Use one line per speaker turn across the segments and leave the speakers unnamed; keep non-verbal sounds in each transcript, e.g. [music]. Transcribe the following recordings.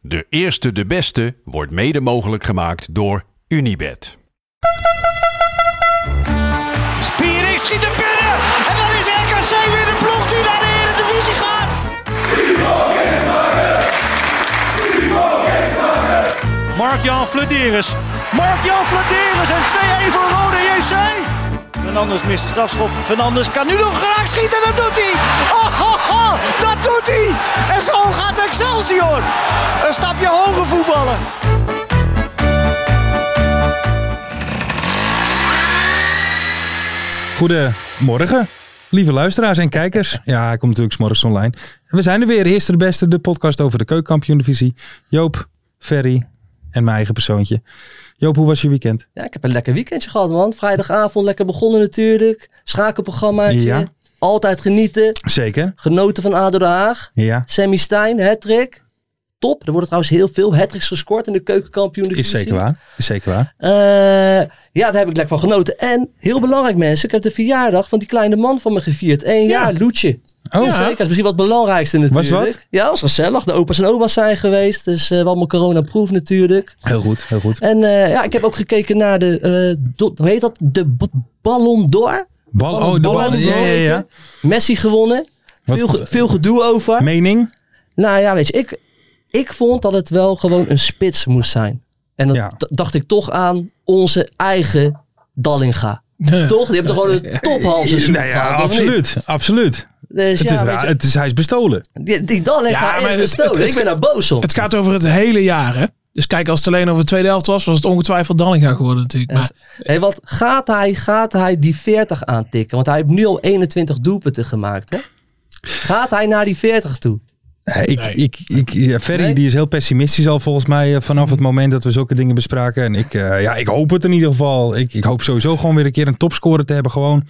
De eerste, de beste wordt mede mogelijk gemaakt door Unibed.
Spiering schiet hem binnen. En dan is RKC weer de ploeg die naar de Eredivisie gaat. Mark-Jan Flederis. Mark-Jan Flederis en 2-1 voor Rode JC. Fernandes mist de strafschop. Fernandes kan nu nog graag schieten. Dat doet hij. Oh, oh, oh, dat doet hij. En zo gaat Excelsior. Een stapje hoger voetballen.
Goedemorgen, lieve luisteraars en kijkers. Ja, hij komt natuurlijk s'morgens online. We zijn er weer, eerste de beste, de podcast over de keukenkampioen-divisie. Joop, Ferry en mijn eigen persoontje. Joop, hoe was je weekend?
Ja, ik heb een lekker weekendje gehad, man. Vrijdagavond lekker begonnen natuurlijk. Schakelprogrammaatje.
Ja.
Altijd genieten.
Zeker.
Genoten van ADO Den Haag.
Ja,
Sammy Stein, hattrick. Top. Er worden trouwens heel veel hattricks gescoord in de keukenkampioen. Eh,
is zeker waar. Is zeker waar.
ja, daar heb ik lekker van genoten. En heel belangrijk mensen, ik heb de verjaardag van die kleine man van me gevierd. Eén jaar, Loetje.
Oh,
ja. Zeker, dat is misschien wat het belangrijkste natuurlijk.
wat?
Ja, was gezellig. De opa's en oma's zijn geweest. Dus eh wel mijn corona-proof natuurlijk.
heel goed, heel goed.
En eh, ja, ik heb ook gekeken naar de, eh, do- hoe heet dat? De b- Ballon d'Or.
Bal, oh, de bal.
Ballon
Ja,
d'Or,
ja, ja.
Messi gewonnen.
Wat
Veel,
ge-
ge- veel gedoe over.
Mening?
nou ja, weet je, ik, ik vond dat het wel gewoon een spits moest zijn. En dan
Ja.
d- dacht ik toch aan onze eigen Dallinga. Toch? Die hebt er gewoon een tophalse
Nou ja, absoluut. Absoluut.
Dus
Het is
ja, weet
raar.
je,
Het is, hij is bestolen.
die, die Dallinga
Ja, maar
is
het-
bestolen.
het- het-
ik ben daar boos op.
Het gaat over het hele jaar, hè? Dus kijk, als het alleen over de tweede helft was, was het ongetwijfeld Dallinga geworden natuurlijk. Maar
Hé, want gaat hij, gaat hij die 40 aantikken? Want hij heeft nu al 21 doelpunten gemaakt, hè? Gaat hij naar die 40 toe?
Eh, Ik,
Nee.
ik, ik, ja, Ferry
Nee?
die is heel pessimistisch al volgens mij eh, vanaf het moment dat we zulke dingen bespraken. En ik, eh, ja, ik hoop het in ieder geval. Ik, ik hoop sowieso gewoon weer een keer een topscorer te hebben. Gewoon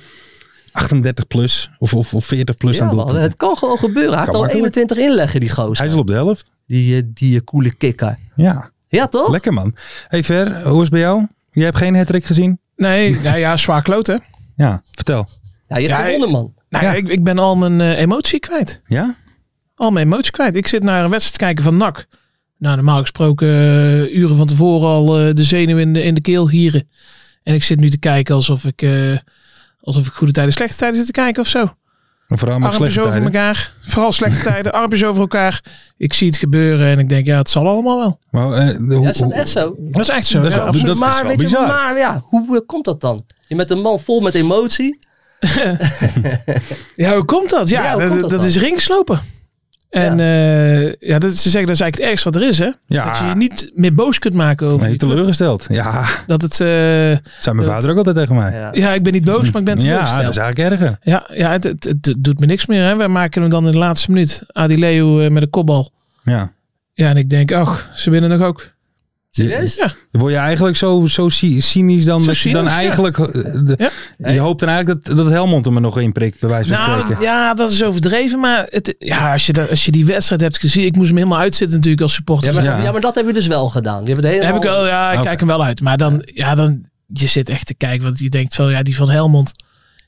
38 plus of, of, of 40 plus
Ja,
aan
man,
doelpunten.
het kan gewoon gebeuren. Hij
Kan
heeft al
makkelijk.
21 inleggen, die gozer.
Hij is al op de helft.
Die, eh, die eh, coole kikker.
Ja,
Ja, toch?
lekker man. Hey Ver, hoe is het bij jou? Jij hebt geen hattrick gezien?
nee,
[laughs]
nou ja, zwaar kloot, hè?
Ja, vertel.
Ja, je hebt
Ja,
gewonnen, man.
Nou ja,
Ja.
ik, ik ben al mijn eh, emotie kwijt.
Ja?
Al mijn emotie kwijt. Ik zit naar een wedstrijd te kijken van NAC. Nou, normaal gesproken eh, uren van tevoren al eh, de zenuwen in de, in de keel gieren. En ik zit nu te kijken alsof ik, eh, alsof ik goede tijden, slechte tijden zit te kijken of zo.
Een verhaal maar
Armpjes
slechte
dus over
tijden.
elkaar. Vooral slechte tijden. Armpjes over elkaar. Ik zie het gebeuren en ik denk, ja, het zal allemaal wel.
Maar, eh, de- hoe-
Ja, is dat
hoe-
echt zo?
Dat is echt zo.
Dat is
ja,
wel-
absoluut.
dat is
maar,
wel
weet je,
bizar.
maar ja, hoe eh, komt dat dan? Je bent een man vol met emotie.
Ja, hoe komt dat? Ja,
Ja, hoe
dat,
komt dat
dat,
dan?
is ringslopen. En eh, ja, dat, ze zeggen dat is eigenlijk het ergste wat er is, hè? Dat je
ja,
je niet meer boos kunt maken over
ben je
je club.
teleurgesteld. Ja,
Dat het, eh,
zei mijn
Dat-
vader ook altijd tegen mij.
Ja.
ja, ik ben niet boos, maar ik ben
Ja, dat
teleurgesteld.
is
Ja,
eigenlijk erger.
ja, het, het, het- het doet me niks meer, hè? Wij maken hem dan in de laatste minuut. Adileu eh, met een kopbal.
Ja.
Ja, en ik denk, ach, ze winnen nog ook.
Serieus?
Ja,
Dan word je eigenlijk zo, zo cy- cynisch dan
Zo
dat je dan
cynisch, ja.
eigenlijk... eh, de-
Ja.
Je hoopt dan eigenlijk dat, dat Helmond hem er nog in prikt, bij wijze van
nou,
spreken.
ja, dat is overdreven. Maar het, ja, als, je dat, als je die wedstrijd hebt gezien... Ik moest hem helemaal uitzitten natuurlijk als supporter.
Ja, maar,
Ja.
ja, maar dat heb je dus wel gedaan. Je hebt het helemaal...
Heb ik wel, ja, ik
Oké.
kijk hem wel uit. Maar dan, ja, dan, je zit echt te kijken, want je denkt van, ja, die van Helmond,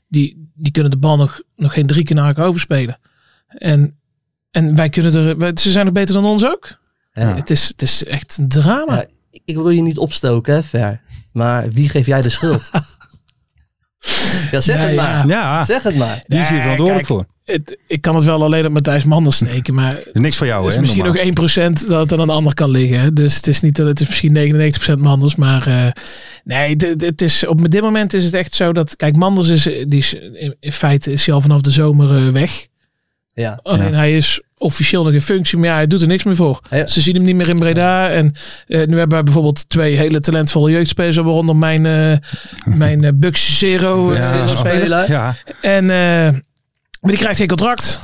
die, die kunnen de bal nog, nog geen drie keer naar elkaar overspelen. En, en wij kunnen er, wij- ze zijn nog beter dan ons ook.
Ja.
Het, is, het is echt een drama.
Ja, ik wil je niet opstoken, hè, Ver. Maar wie geef jij
[laughs]
de schuld? ja, zeg
Nee,
het maar.
ja.
Ja,
[laughs] Zeg het maar.
die is hier
Nee,
verantwoordelijk
kijk,
voor.
Het, ik kan het wel alleen op Matthijs Manders steken,
[laughs]
maar het
Is niks voor jou,
is
hè?
misschien
normaal.
nog 1% dat het aan een ander kan liggen. hè. Dus het is niet dat het is misschien 99% Manders, maar eh, nee, de- de- het is, op dit moment is het echt zo dat, kijk, Manders is, eh, die is in, in feite is hij al vanaf de zomer eh, weg.
Ja.
Alleen
Ja.
hij is officieel nog in functie, maar ja, hij doet er niks meer voor.
Ja.
Ze zien hem niet meer in Breda. En eh, nu hebben we bijvoorbeeld twee hele talentvolle jeugdspelers, waaronder mijn, eh [laughs] mijn eh, Bucks Zero eh,
Ja. Oh,
Zero speler.
Spelen.
Ja,
En, eh, maar die krijgt geen contract.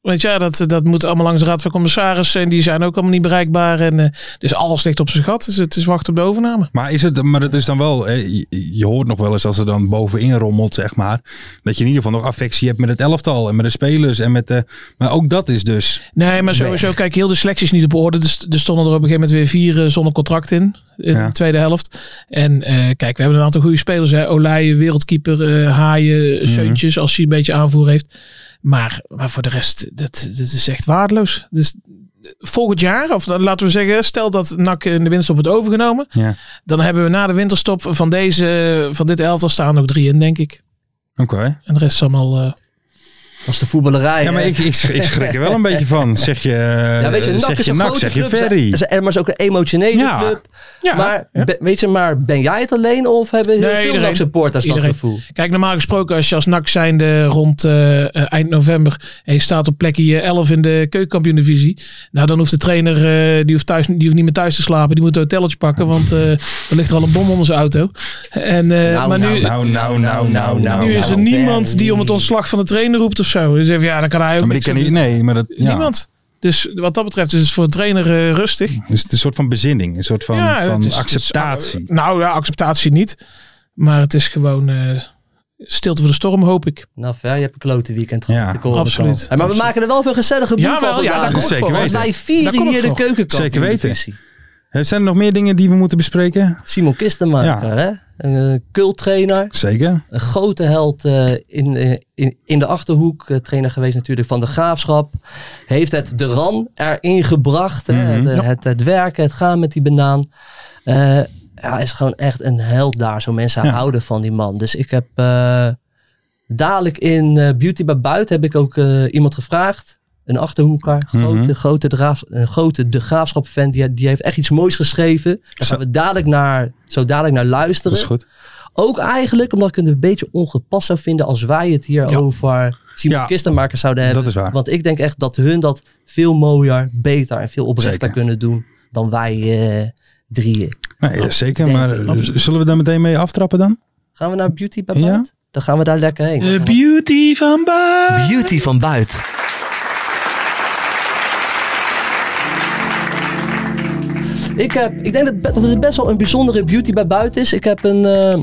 Want ja, dat, dat moet allemaal langs de Raad van Commissarissen. En die zijn ook allemaal niet bereikbaar. En, eh, dus alles ligt op zijn gat. Dus het is wachten op de overname.
Maar is het, maar het is dan wel, hè, je- je hoort nog wel eens als er dan bovenin rommelt, zeg maar, dat je in ieder geval nog affectie hebt met het elftal en met de spelers en met de, maar ook dat is dus,
Nee, maar sowieso, kijk, heel de selectie is niet op orde. Dus er stonden er op een gegeven moment weer vier eh, zonder contract in. In
Ja.
de tweede helft. En eh, kijk, we hebben een aantal goede spelers. Hè? Olij, wereldkeeper, eh, Haaien, Seuntjes. Als hij een beetje aanvoer heeft. Maar, maar voor de rest, dat, dat is echt waardeloos. Dus volgend jaar, of dan laten we zeggen, stel dat NAC in de winterstop wordt overgenomen.
ja,
Dan hebben we na de winterstop van, deze, van dit elftal staan nog drie in, denk ik.
oké.
En de rest is allemaal... eh,
Dat is de voetballerij.
Ja, maar
hè.
ik, ik, ik schrik er wel een beetje van, zeg je,
Ja, weet je,
eh,
NAC
zeg
is
je
een
NAC,
grote
zeg je
club. ze-
Ferry.
ze- maar is ook een emotionele
Ja.
club.
ja,
maar,
ja.
be- weet je, maar ben jij het alleen of hebben heel
Nee,
veel
iedereen.
NAC supporters dat
Iedereen. Eh,
gevoel?
Kijk, normaal gesproken, als je als NAC zijnde rond eh, eh, eind november en je staat op plekje eh, 11 in de keukenkampioen-divisie, nou dan hoeft de trainer, eh, die, hoeft thuis, die hoeft niet meer thuis te slapen, die moet een hotelletje pakken, want eh, er ligt er al een bom onder zijn auto. En, eh,
Nou,
maar
nou,
nu,
Nou, nou, nou, nou, nou.
nu is er
nou,
niemand
Ferry.
die om het ontslag van de trainer roept of zo. Dus even, ja, dan kan hij ook
Ja, maar die
niks
kan
aan
niet,
doen.
nee, maar dat, ja.
Niemand. Dus wat dat betreft is het voor een trainer eh, rustig.
Dus het is een soort van bezinning, een soort van,
Ja, het
van
is- het is-
acceptatie.
nou ja, acceptatie niet. Maar het is gewoon eh, stilte voor de storm, hoop ik.
Nou, ver, je hebt een klote weekend gehad.
Ja,
ik hoor het
absoluut.
al. Hey, maar we maken er wel veel gezellige boel
Jawel,
van
ja, daar
vandaag.
kom ik
Zeker
voor.
weten.
Wij
Daar
vieren
kom ik
hier de
voor.
keukenkamp.
Zeker weten. Hè, Eh, Zijn er nog meer dingen die we moeten bespreken?
Simon Kistenmaker, hè? Een eh, culttrainer.
Zeker.
Een grote held eh, in, eh, in, in de Achterhoek. eh, trainer geweest natuurlijk van de Graafschap. Heeft het de RAN erin gebracht. hè,
Mhm.
het, eh, het, het werken, het gaan met die banaan. Eh hij is gewoon echt een held daar. Zo mensen
Ja.
houden van die man. Dus ik heb eh, dadelijk in eh, Beauty bij Buiten heb ik ook eh, iemand gevraagd. Een Achterhoeker. Grote,
Mhm.
grote, draaf, een grote De Graafschap fan. Die, die heeft echt iets moois geschreven. Daar gaan
Zo-
we dadelijk naar, zo dadelijk naar
Dat
luisteren.
is goed.
Ook eigenlijk omdat ik het een beetje ongepast zou vinden als wij het hier
Ja.
over Simon
Ja,
Kistenmaker zouden hebben.
dat is waar.
Want ik denk echt dat hun dat veel mooier, beter en veel oprechter
Zeker.
kunnen doen dan wij eh, drieën.
Nee, ja, zeker,
denk
maar
ik.
eh, zullen we daar meteen mee aftrappen dan?
Gaan we naar Beauty bij
Ja?
Buit? Dan gaan we daar lekker heen.
beauty van Baan.
Beauty van Buit. Ik, heb, ik denk dat, be- dat het best wel een bijzondere beauty bij buiten is. Ik heb, een, eh,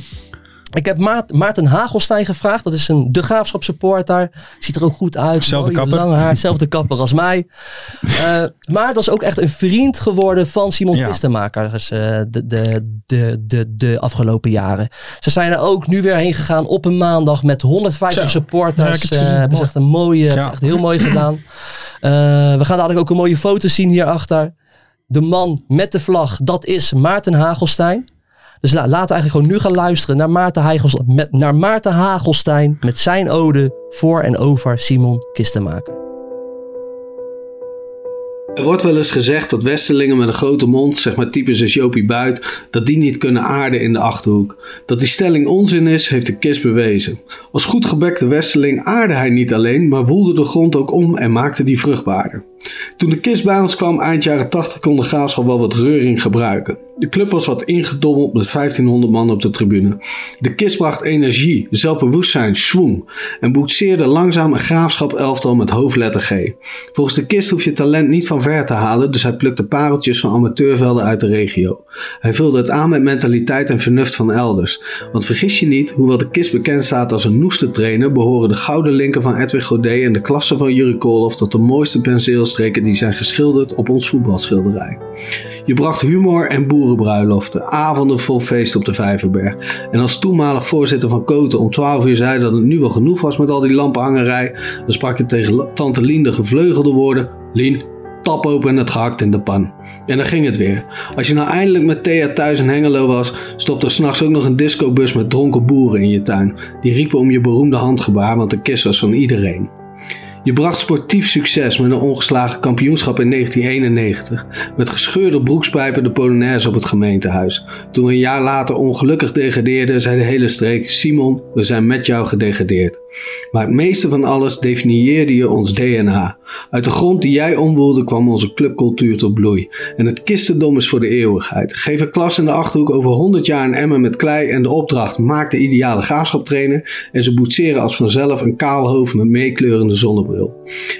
ik heb Maart- Maarten Hagelstein gevraagd. Dat is een De Graafschap supporter. Ziet er ook goed uit.
Zelfde
Mooi,
kapper.
Lang haar, zelfde kapper als mij. Eh, maar dat is ook echt een vriend geworden van Simon
Ja.
Kistenmaker. Dus, eh, de, de, de, de, de afgelopen jaren. Ze zijn er ook nu weer heen gegaan op een maandag met 150
Zo. Ja, ik
supporters.
heb
Eh
het gezien.
hebben ze
Mooi.
echt een mooie,
Ja.
echt heel mooi gedaan. Eh, we gaan dadelijk ook een mooie foto zien hierachter. De man met de vlag, dat is Maarten Hagelstein. Dus la- laten we eigenlijk gewoon nu gaan luisteren naar Maarten, Hagels, met, naar Maarten Hagelstein met zijn ode voor en over Simon Kistenmaker.
Er wordt wel eens gezegd dat Westerlingen met een grote mond, zeg maar types als Jopie Buit, dat die niet kunnen aarden in de Achterhoek. Dat die stelling onzin is, heeft de kist bewezen. Als goed gebekte Westerling aarde hij niet alleen, maar woelde de grond ook om en maakte die vruchtbaarder. Toen de kist bij ons kwam eind jaren 80 kon de Graafschap wel wat reuring gebruiken. De club was wat ingedommeld met 1500 man op de tribune. De kist bracht energie, zelfbewustzijn, schwung en boetseerde langzaam een Graafschap elftal met hoofdletter G. Volgens de kist hoef je talent niet van ver te halen, dus hij plukte pareltjes van amateurvelden uit de regio. Hij vulde het aan met mentaliteit en vernuft van elders. Want vergis je niet, hoewel de kist bekend staat als een noeste trainer, behoren de gouden linken van Edwin Godet en de klassen van Jurrie Koolhof tot de mooiste penseelstreken die zijn geschilderd op ons voetbalschilderij. Je bracht humor en boerenbruiloften, avonden vol feest op de Vijverberg. En als toenmalig voorzitter van Koten om 12 uur zei dat het nu wel genoeg was met al die lampenhangerij, dan sprak je tegen la- tante Lien de gevleugelde woorden: Lien, tap open het gehakt in de pan. En dan ging het weer. Als je nou eindelijk met Thea thuis in Hengelo was, stopte er s'nachts ook nog een discobus met dronken boeren in je tuin. Die riepen om je beroemde handgebaar, want de kist was van iedereen. Je bracht sportief succes met een ongeslagen kampioenschap in 1991. Met gescheurde broekspijpen de Polonaise op het gemeentehuis. Toen we een jaar later ongelukkig degradeerden, zei de hele streek: Simon, we zijn met jou gedegradeerd. Maar het meeste van alles definieerde je ons DNA. Uit de grond die jij omwoelde kwam onze clubcultuur tot bloei. En het kistendom is voor de eeuwigheid. Geef een klas in de Achterhoek over 100 jaar een emmer met klei en de opdracht maak de ideale graafschap trainen en ze boetseren als vanzelf een kaal hoofd met meekleurende zonnebril. wil.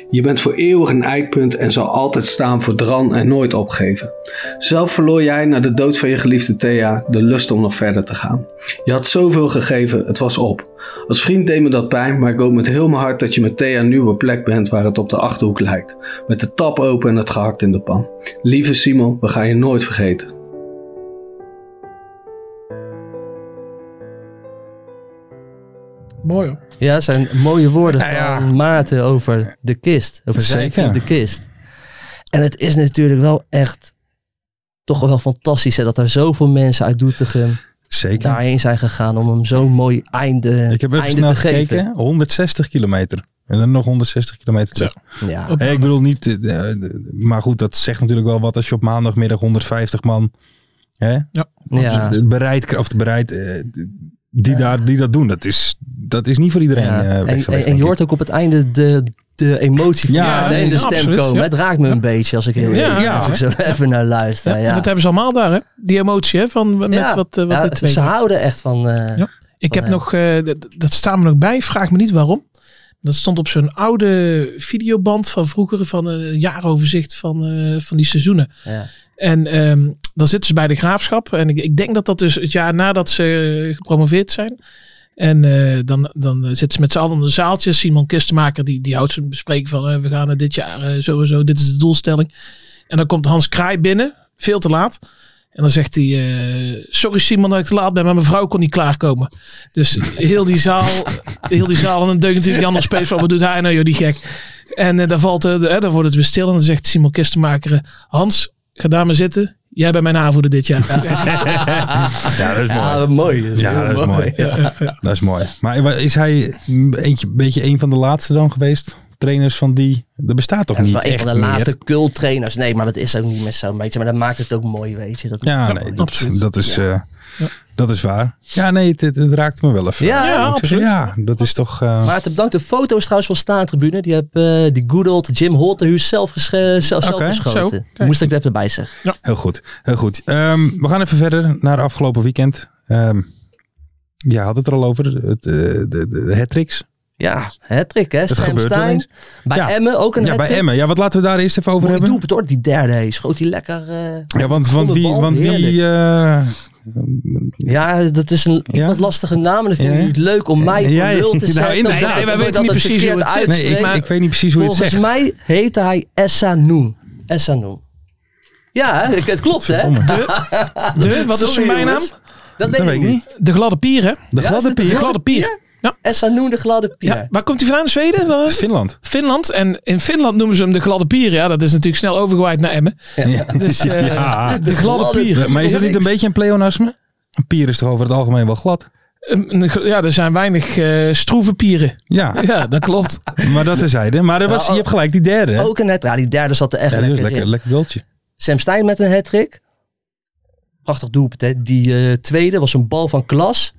Je bent voor eeuwig een eikpunt en zal altijd staan voor dran en nooit opgeven. Zelf verloor jij na de dood van je geliefde Thea de lust om nog verder te gaan. Je had zoveel gegeven, het was op. Als vriend deed me dat pijn, maar ik hoop met heel mijn hart dat je met Thea nu op een plek bent waar het op de achterhoek lijkt. Met de tap open en het gehakt in de pan. Lieve Simon, we gaan je nooit vergeten.
Mooi hoor.
Ja, het zijn mooie woorden
[laughs]
Nou ja.
van Maarten over de kist. Over zijn
Zeker.
vriend de kist. En het is natuurlijk wel echt toch wel fantastisch hè, dat er zoveel mensen uit Doetinchem
Zeker.
daarheen zijn gegaan om hem zo'n mooi einde,
ik heb even
einde
snel
te geven.
gekeken. 160 kilometer. En dan nog 160 kilometer terug.
Ja.
Op-
Hey, ik bedoel niet, eh, eh, maar goed, dat zegt natuurlijk wel wat als je op maandagmiddag 150 man hè,
Ja.
dus bereid, of bereid eh, die, daar, die dat doen. Dat is, dat is niet voor iedereen
Ja.
eh,
En-
weggelegd,
en, en,
denk
je
ik.
hoort ook op het einde de, de emotie van
Ja,
ja,
nee,
en de
ja,
stem
absoluut,
komen.
ja.
Het raakt me een beetje als ik heel
Ja,
eerlijk- als
ja.
ik zo [laughs] even naar luister.
Ja,
Ja,
en Dat hebben ze allemaal daar, hè? Die emotie, hè? Van met
Ja.
wat, eh, wat
Ja,
dit
ze
weet.
houden echt van. eh,
Ja. Ik
Van
heb
hem.
nog, eh, dat, dat staat me nog bij, vraag me niet waarom. Dat stond op zo'n oude videoband van vroeger, van een jaaroverzicht van, eh, van die seizoenen.
ja.
En ehm, dan zitten ze bij de graafschap. En ik, ik denk dat dat dus het jaar nadat ze eh, gepromoveerd zijn. En eh, dan, dan eh, zitten ze met z'n allen in een zaaltje. Simon Kistenmaker die, die houdt zijn bespreking van eh, we gaan het dit jaar eh, zo en zo, dit is de doelstelling. En dan komt Hans Kraai binnen, veel te laat. En dan zegt hij, eh, sorry Simon dat ik te laat ben, maar mijn vrouw kon niet klaarkomen. Dus heel die zaal, heel die zaal en dan deugt natuurlijk Jan nog space van, wat doet hij nou joh, die gek. En eh, dan, valt, eh, de- eh, dan wordt het weer stil en dan zegt Simon Kistenmaker, eh, Hans, ga daar maar zitten. Jij bent mijn aanvoerder dit jaar.
Ja, dat is mooi.
Ja, wat mooi. Dat is
Ja,
heel
dat is mooi. Dat is mooi. Maar is hij een eentje- beetje een van de laatste dan geweest? Trainers van die, dat bestaat toch
Dat is
niet
wel een
echt
van de
meer?
laatste culttrainers. Nee, maar dat is ook niet meer zo'n beetje. Maar dat maakt het ook mooi, weet je. Dat
Ja,
Ja,
nee, dat,
absoluut.
dat, is, eh,
Ja.
dat is waar. Ja, nee, het, het, het raakt me wel even.
Ja,
Ik
ja,
zeg,
absoluut.
Ja, dat is toch... eh,
Maarten, bedankt. De foto's trouwens van Staantribune. Die heb eh, die good old Jim Holterhuis zelf, gesche- zelf, zelf
Oké,
geschoten.
zo. Kijk.
Moest ik er even bij zeggen.
Heel goed, heel goed. Ehm, we gaan even verder naar afgelopen weekend. Ehm ja, had het er al over, het, eh, de, de, de hat-tricks.
Ja, hattrick hè.
Het
Sam
gebeurt wel
Stein.
eens.
Bij
Ja.
Emmen ook een
Ja, bij
hat-trick.
Emmen. Ja, wat laten we daar eerst even over
Mooi
hebben?
doelpunt hoor, die derde. Hij schoot die lekker... eh,
Ja, want, want
Zonder
wie...
bal,
Want wie eh,
Ja, dat is een
Ja?
wat lastige naam. En dat vind ik
Ja.
niet leuk om mij voor
Ja, ja.
lul
[laughs]
te
Nou,
zetten.
inderdaad.
omdat
Nee,
wij
ik
weten
dat
niet
het
precies hoe
verkeerd
het zit.
nee, ik,
uitspreekt.
ik weet niet precies hoe je het
Volgens
zegt.
mij heette hij Essa Noen. Essa Noen. Ja, hè, het klopt hè.
Verdomme.
De, wat
Sorry,
is zijn bijnaam?
jongens. Dat weet
Dat
ik niet.
De gladde pier, hè?
De
Ja, is
gladde
het de
pier.
De gladde pier.
Essa Noen, de gladde pier.
Ja. Waar komt hij vandaan? Zweden? Wel,
Finland.
Finland. En in Finland noemen ze hem de gladde pier. Ja, dat is natuurlijk snel overgewaaid naar Emmen.
[laughs]
Ja.
Dus eh,
Ja.
de gladde
gladde
pier.
Maar is dat niet een beetje een pleonasme? Een pier is toch over het algemeen wel glad?
Een- een gro- Ja, er zijn weinig eh stroeve pieren.
[laughs]
Ja,
Ja, dat klopt.
maar dat terzijde. Maar er was, je hebt gelijk, die derde. hè?
Nou, Ook een hat Ja, die derde zat er echt
Ja, dat is
lekker,
lekker,
in.
lekker goaltje.
Sam Stein met een hat-trick. Prachtig doelpunt hè. Die eh, tweede was een bal van Klas.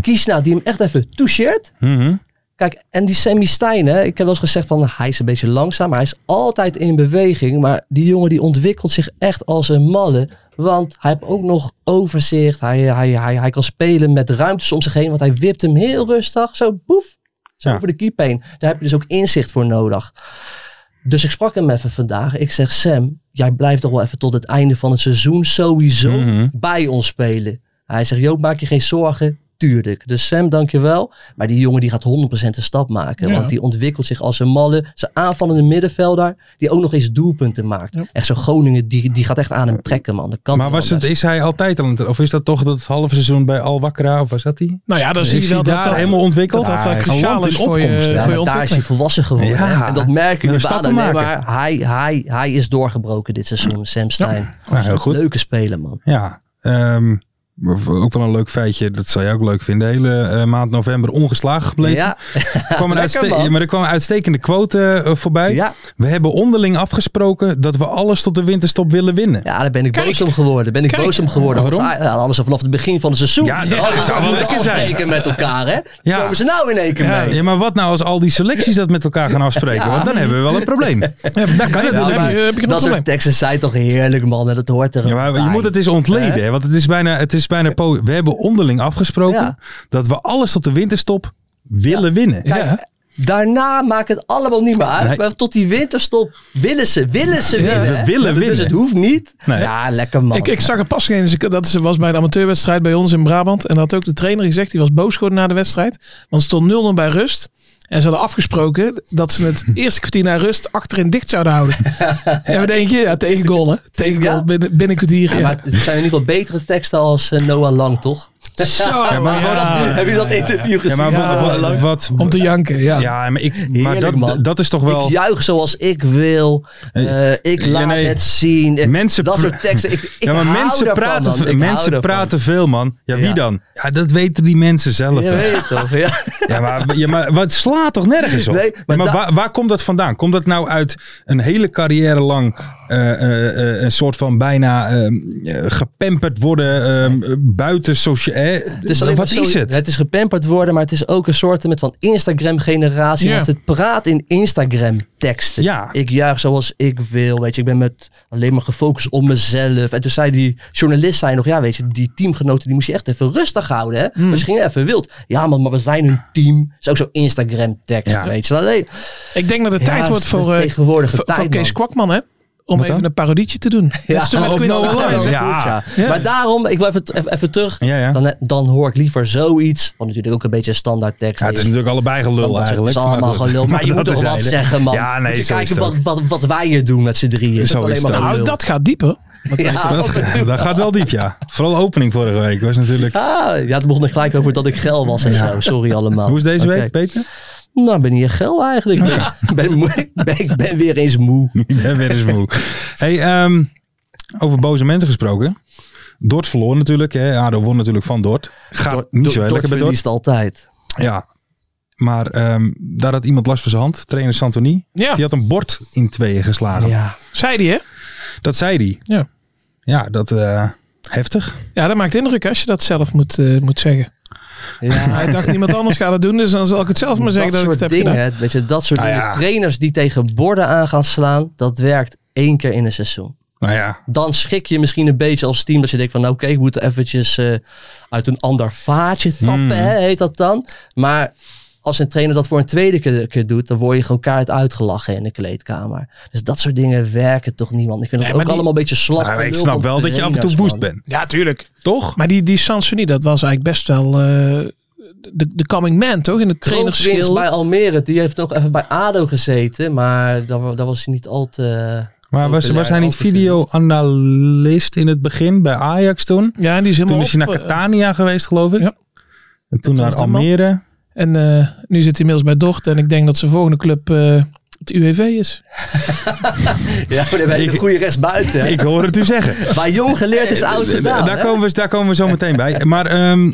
Kiesna die hem echt even toucheert.
Mhm.
Kijk, en die Sammy Stein, hè, ik heb wel eens gezegd van hij is een beetje langzaam, maar hij is altijd in beweging. Maar die jongen die ontwikkelt zich echt als een malle. Want hij heeft ook nog overzicht. Hij, hij, hij, hij kan spelen met ruimtes om zich heen. Want hij wipt hem heel rustig. Zo boef. Zo
Ja.
over de keep heen. Daar heb je dus ook inzicht voor nodig. Dus ik sprak hem even vandaag. Ik zeg, Sam, jij blijft toch wel even tot het einde van het seizoen sowieso
Mhm.
bij ons spelen. Hij zegt, Joop, maak je geen zorgen. Tuurlijk. Dus Sam, dankjewel. Maar die jongen die gaat 100% een stap maken.
Ja.
Want die ontwikkelt zich als een malle. Zijn aanvallende middenvelder. Die ook nog eens doelpunten maakt.
Ja.
Echt zo'n Groningen, die, die gaat echt aan hem trekken, man. Dat kan
Maar
niet
was het,
anders.
is hij altijd al... een- Of is dat toch dat halve seizoen bij Al Wakkera? Of was dat die?
Nou ja, dan
Is
zie je
hij
wel dat
daar
dat
helemaal ontwikkeld?
Dat dat wel
Ah,
cruciaal
galant
is
in
voor je,
opkomst, ja.
voor je
Ja, daar is hij
ontwikkeling.
volwassen geworden.
eh, Ja.
hè. En dat merken
Nou,
je
stappen
aan hem. Nee,
maken.
maar hij, hij, hij is doorgebroken dit seizoen, Sam Stein.
Nou, heel goed.
Leuke speler, man.
Ja. ehm, ook wel een leuk feitje, dat zou je ook leuk vinden. De hele eh, maand november ongeslagen gebleven.
Ja,
Er kwam een
Lekker,
uitste-
man.
maar er kwam een uitstekende quote eh, voorbij.
ja.
We hebben onderling afgesproken dat we alles tot de winterstop willen winnen.
ja, daar ben ik
Kijk.
boos om geworden. Ben ik
Kijk.
boos om geworden.
Waarom?
Anders, ja, anders vanaf het begin van het seizoen.
Ja, nee,
Als
dat
we
zou wel
moeten
lekker zijn.
afspreken met elkaar, hè?
Ja.
Komen ze nou in één keer
Ja.
mee?
Ja, maar wat nou als al die selecties dat met elkaar gaan afspreken? Want dan hebben we wel een probleem. Ja, dat kan
Dan
natuurlijk
eh, heb
niet.
je- heb ik
Dat
een probleem.
soort teksten zijn toch heerlijk, man. En dat hoort er
Ja, maar je
bij.
moet het eens ontleden,
Hè?
hè? want het is bijna, het is bijna po- we hebben onderling afgesproken
Ja.
dat we alles tot de winterstop willen winnen.
Kijk,
Ja.
Daarna maakt het allemaal niet meer uit.
Nee.
Maar tot die winterstop willen ze, willen ze
we
winnen. hè?
willen
dus
winnen.
het hoeft niet.
Nee.
Ja, lekker man.
Ik, ik zag er pas geen. ze- Dat ze- was bij de amateurwedstrijd bij ons in Brabant. En dat had ook de trainer gezegd. Die was boos geworden na de wedstrijd. Want het stond 0-0 bij rust. En ze hadden afgesproken dat ze
[laughs]
het eerste kwartier na rust achterin dicht zouden houden. en we denken, ja, tegen goal, hè? Tegen goal,
Ja?
binnen, binnen kwartier.
Ja,
Ja,
maar het zijn in ieder geval betere teksten als eh, Noah Lang, toch?
Zo,
maar-
oh, ja.
[laughs] Heb je dat interview
Ja,
gezien?
maar wa- wa-
Lang.
wat...
Om te janken, ja.
Ja, maar, ik, maar
Heerlijk,
dat,
man.
dat is toch wel...
Ik juich zoals ik wil. Eh, ik
Ja,
laat
nee.
het zien. Eh,
Mensen
dat
pra-
soort teksten. Ik, ik
[laughs] ja, maar
hou
mensen
daarvan,
praten,
man.
ve-
Ik hou
mensen
daarvan.
praten veel, man. Ja, wie
Ja.
dan? Ja, dat weten die mensen zelf.
Je
hè.
weet het toch? Ja.
Ja, maar, ja, maar wat slaat toch nergens op?
Nee,
Ja, maar
maar da-
waar, waar komt dat vandaan? Komt dat nou uit een hele carrière lang eh, eh, eh, een soort van bijna ehm, eh, gepemperd worden ehm, eh, buiten sociaal...
Het is alleen
wat
maar zo-
is het?
Het is gepamperd worden, maar het is ook een soort met van Instagram-generatie.
Ja.
Want het praat in Instagram-teksten.
Ja.
Ik juich zoals ik wil. Weet je, ik ben met alleen maar gefocust op mezelf. En toen zei die journalist zei nog, ja, weet je, die teamgenoten die moest je echt even rustig houden. Hè?
Hmm.
Maar ze gingen even wild. Ja, man, maar we zijn een team. Dat is ook zo'n Instagram-tekst.
Ja.
Weet je, alleen.
Ik denk dat het
Ja,
tijd wordt
de
voor, eh,
tegenwoordige
voor,
tijd,
voor Kees
man.
Kwakman, hè? Om
Wat
even
dan?
een parodietje te doen.
Ja,
Dat is toen met
op
Quincy
Noah
Jones,
Lang.
hè?
Ja.
Ja.
Maar daarom, ik wil even, even, even terug.
Ja, ja.
Dan, dan hoor ik liever zoiets. Wat natuurlijk ook een beetje een standaard tekst
Ja, het is natuurlijk allebei
Dat
gelul
is-
eigenlijk.
Het is allemaal
maar goed. [laughs]
gelul. Maar je moet
dat
toch wat
terzijde.
zeggen, man.
Ja, nee,
moet je
zo is
kijken
het ook.
wat, wat, wat wij hier doen met z'n drieën. Is
Zo
ook
is
alleen maar
het ook.
Nou,
gelul.
dat gaat dieper.
ja, af en toe.
Ja, [laughs] dat gaat wel diep, ja. Vooral de opening vorige week was natuurlijk...
Ah, ja, het begon er gelijk over dat ik geil was en zo. Sorry allemaal.
Hoe is deze
Oké.
week, Peter?
Nou, ben hier geil eigenlijk. Ik ben, moe- ik ben, ik ben weer eens moe.
[laughs] Ik ben weer eens moe. Hey, ehm, over boze mensen gesproken. Dort verloor natuurlijk. Hè. ADO won natuurlijk van Dort. Gaat
Dort-
niet
Dort-
zo heel
Dort
lekker bij Dort.
verliest altijd.
Ja. Maar ehm, daar had iemand last van zijn hand. Trainer Santoni.
Ja,
Die had een bord in tweeën geslagen.
Ja.
zei die, hè?
Dat zei hij.
Ja.
Ja, dat... eh, heftig.
Ja, dat maakt indruk als je dat zelf moet, eh, moet zeggen.
Ja.
Hij dacht, niemand anders gaat het doen, dus dan zal ik het zelf maar zeggen dat,
dat
ik
soort
het heb
dingen,
gedaan.
hè, weet je, dat soort
Nou
dingen.
ja.
Trainers die tegen borden aan gaan slaan, dat werkt één keer in een seizoen.
Nou ja.
dan schrik je misschien een beetje als team. Dat je denkt van, nou, oké, ik moet eventjes eh, uit een ander vaatje
Hmm.
tappen, hè, heet dat dan. Maar als een trainer dat voor een tweede keer, keer doet, dan word je gewoon kaart uitgelachen in de kleedkamer. Dus dat soort dingen werken toch niemand. Ik vind dat
Nee, maar
ook
die-
allemaal een beetje slap.
Nou, ik
gelul
snap
van
wel dat je af en toe
trainers,
woest
man.
bent.
Ja, tuurlijk.
Toch?
Maar die, die Sansoni, dat was eigenlijk best wel eh, de, de coming man, toch? In het
Kroonprins bij
trainerschil.
Almere, die heeft nog even bij ADO gezeten, maar daar, wa- daar was hij niet al te...
Maar was,
populair
was hij
en
niet
al te geliefd.
videoanalist in het begin bij Ajax toen?
Ja, en die is
Toen
helemaal
is hij naar
op, eh,
Catania geweest, geloof ik.
ja.
En toen
was
naar
de man.
Almere.
En eh, nu zit hij inmiddels bij Dordt. En ik denk dat zijn volgende club eh, het UWV
[laughs]
is.
Ja, maar daar ben je een goede rechtsbuiten.
[laughs]
hè.
Ik hoor het u zeggen.
Waar jong geleerd is oud gedaan.
daar,
hè.
komen we, daar komen we zo meteen bij. Maar ehm,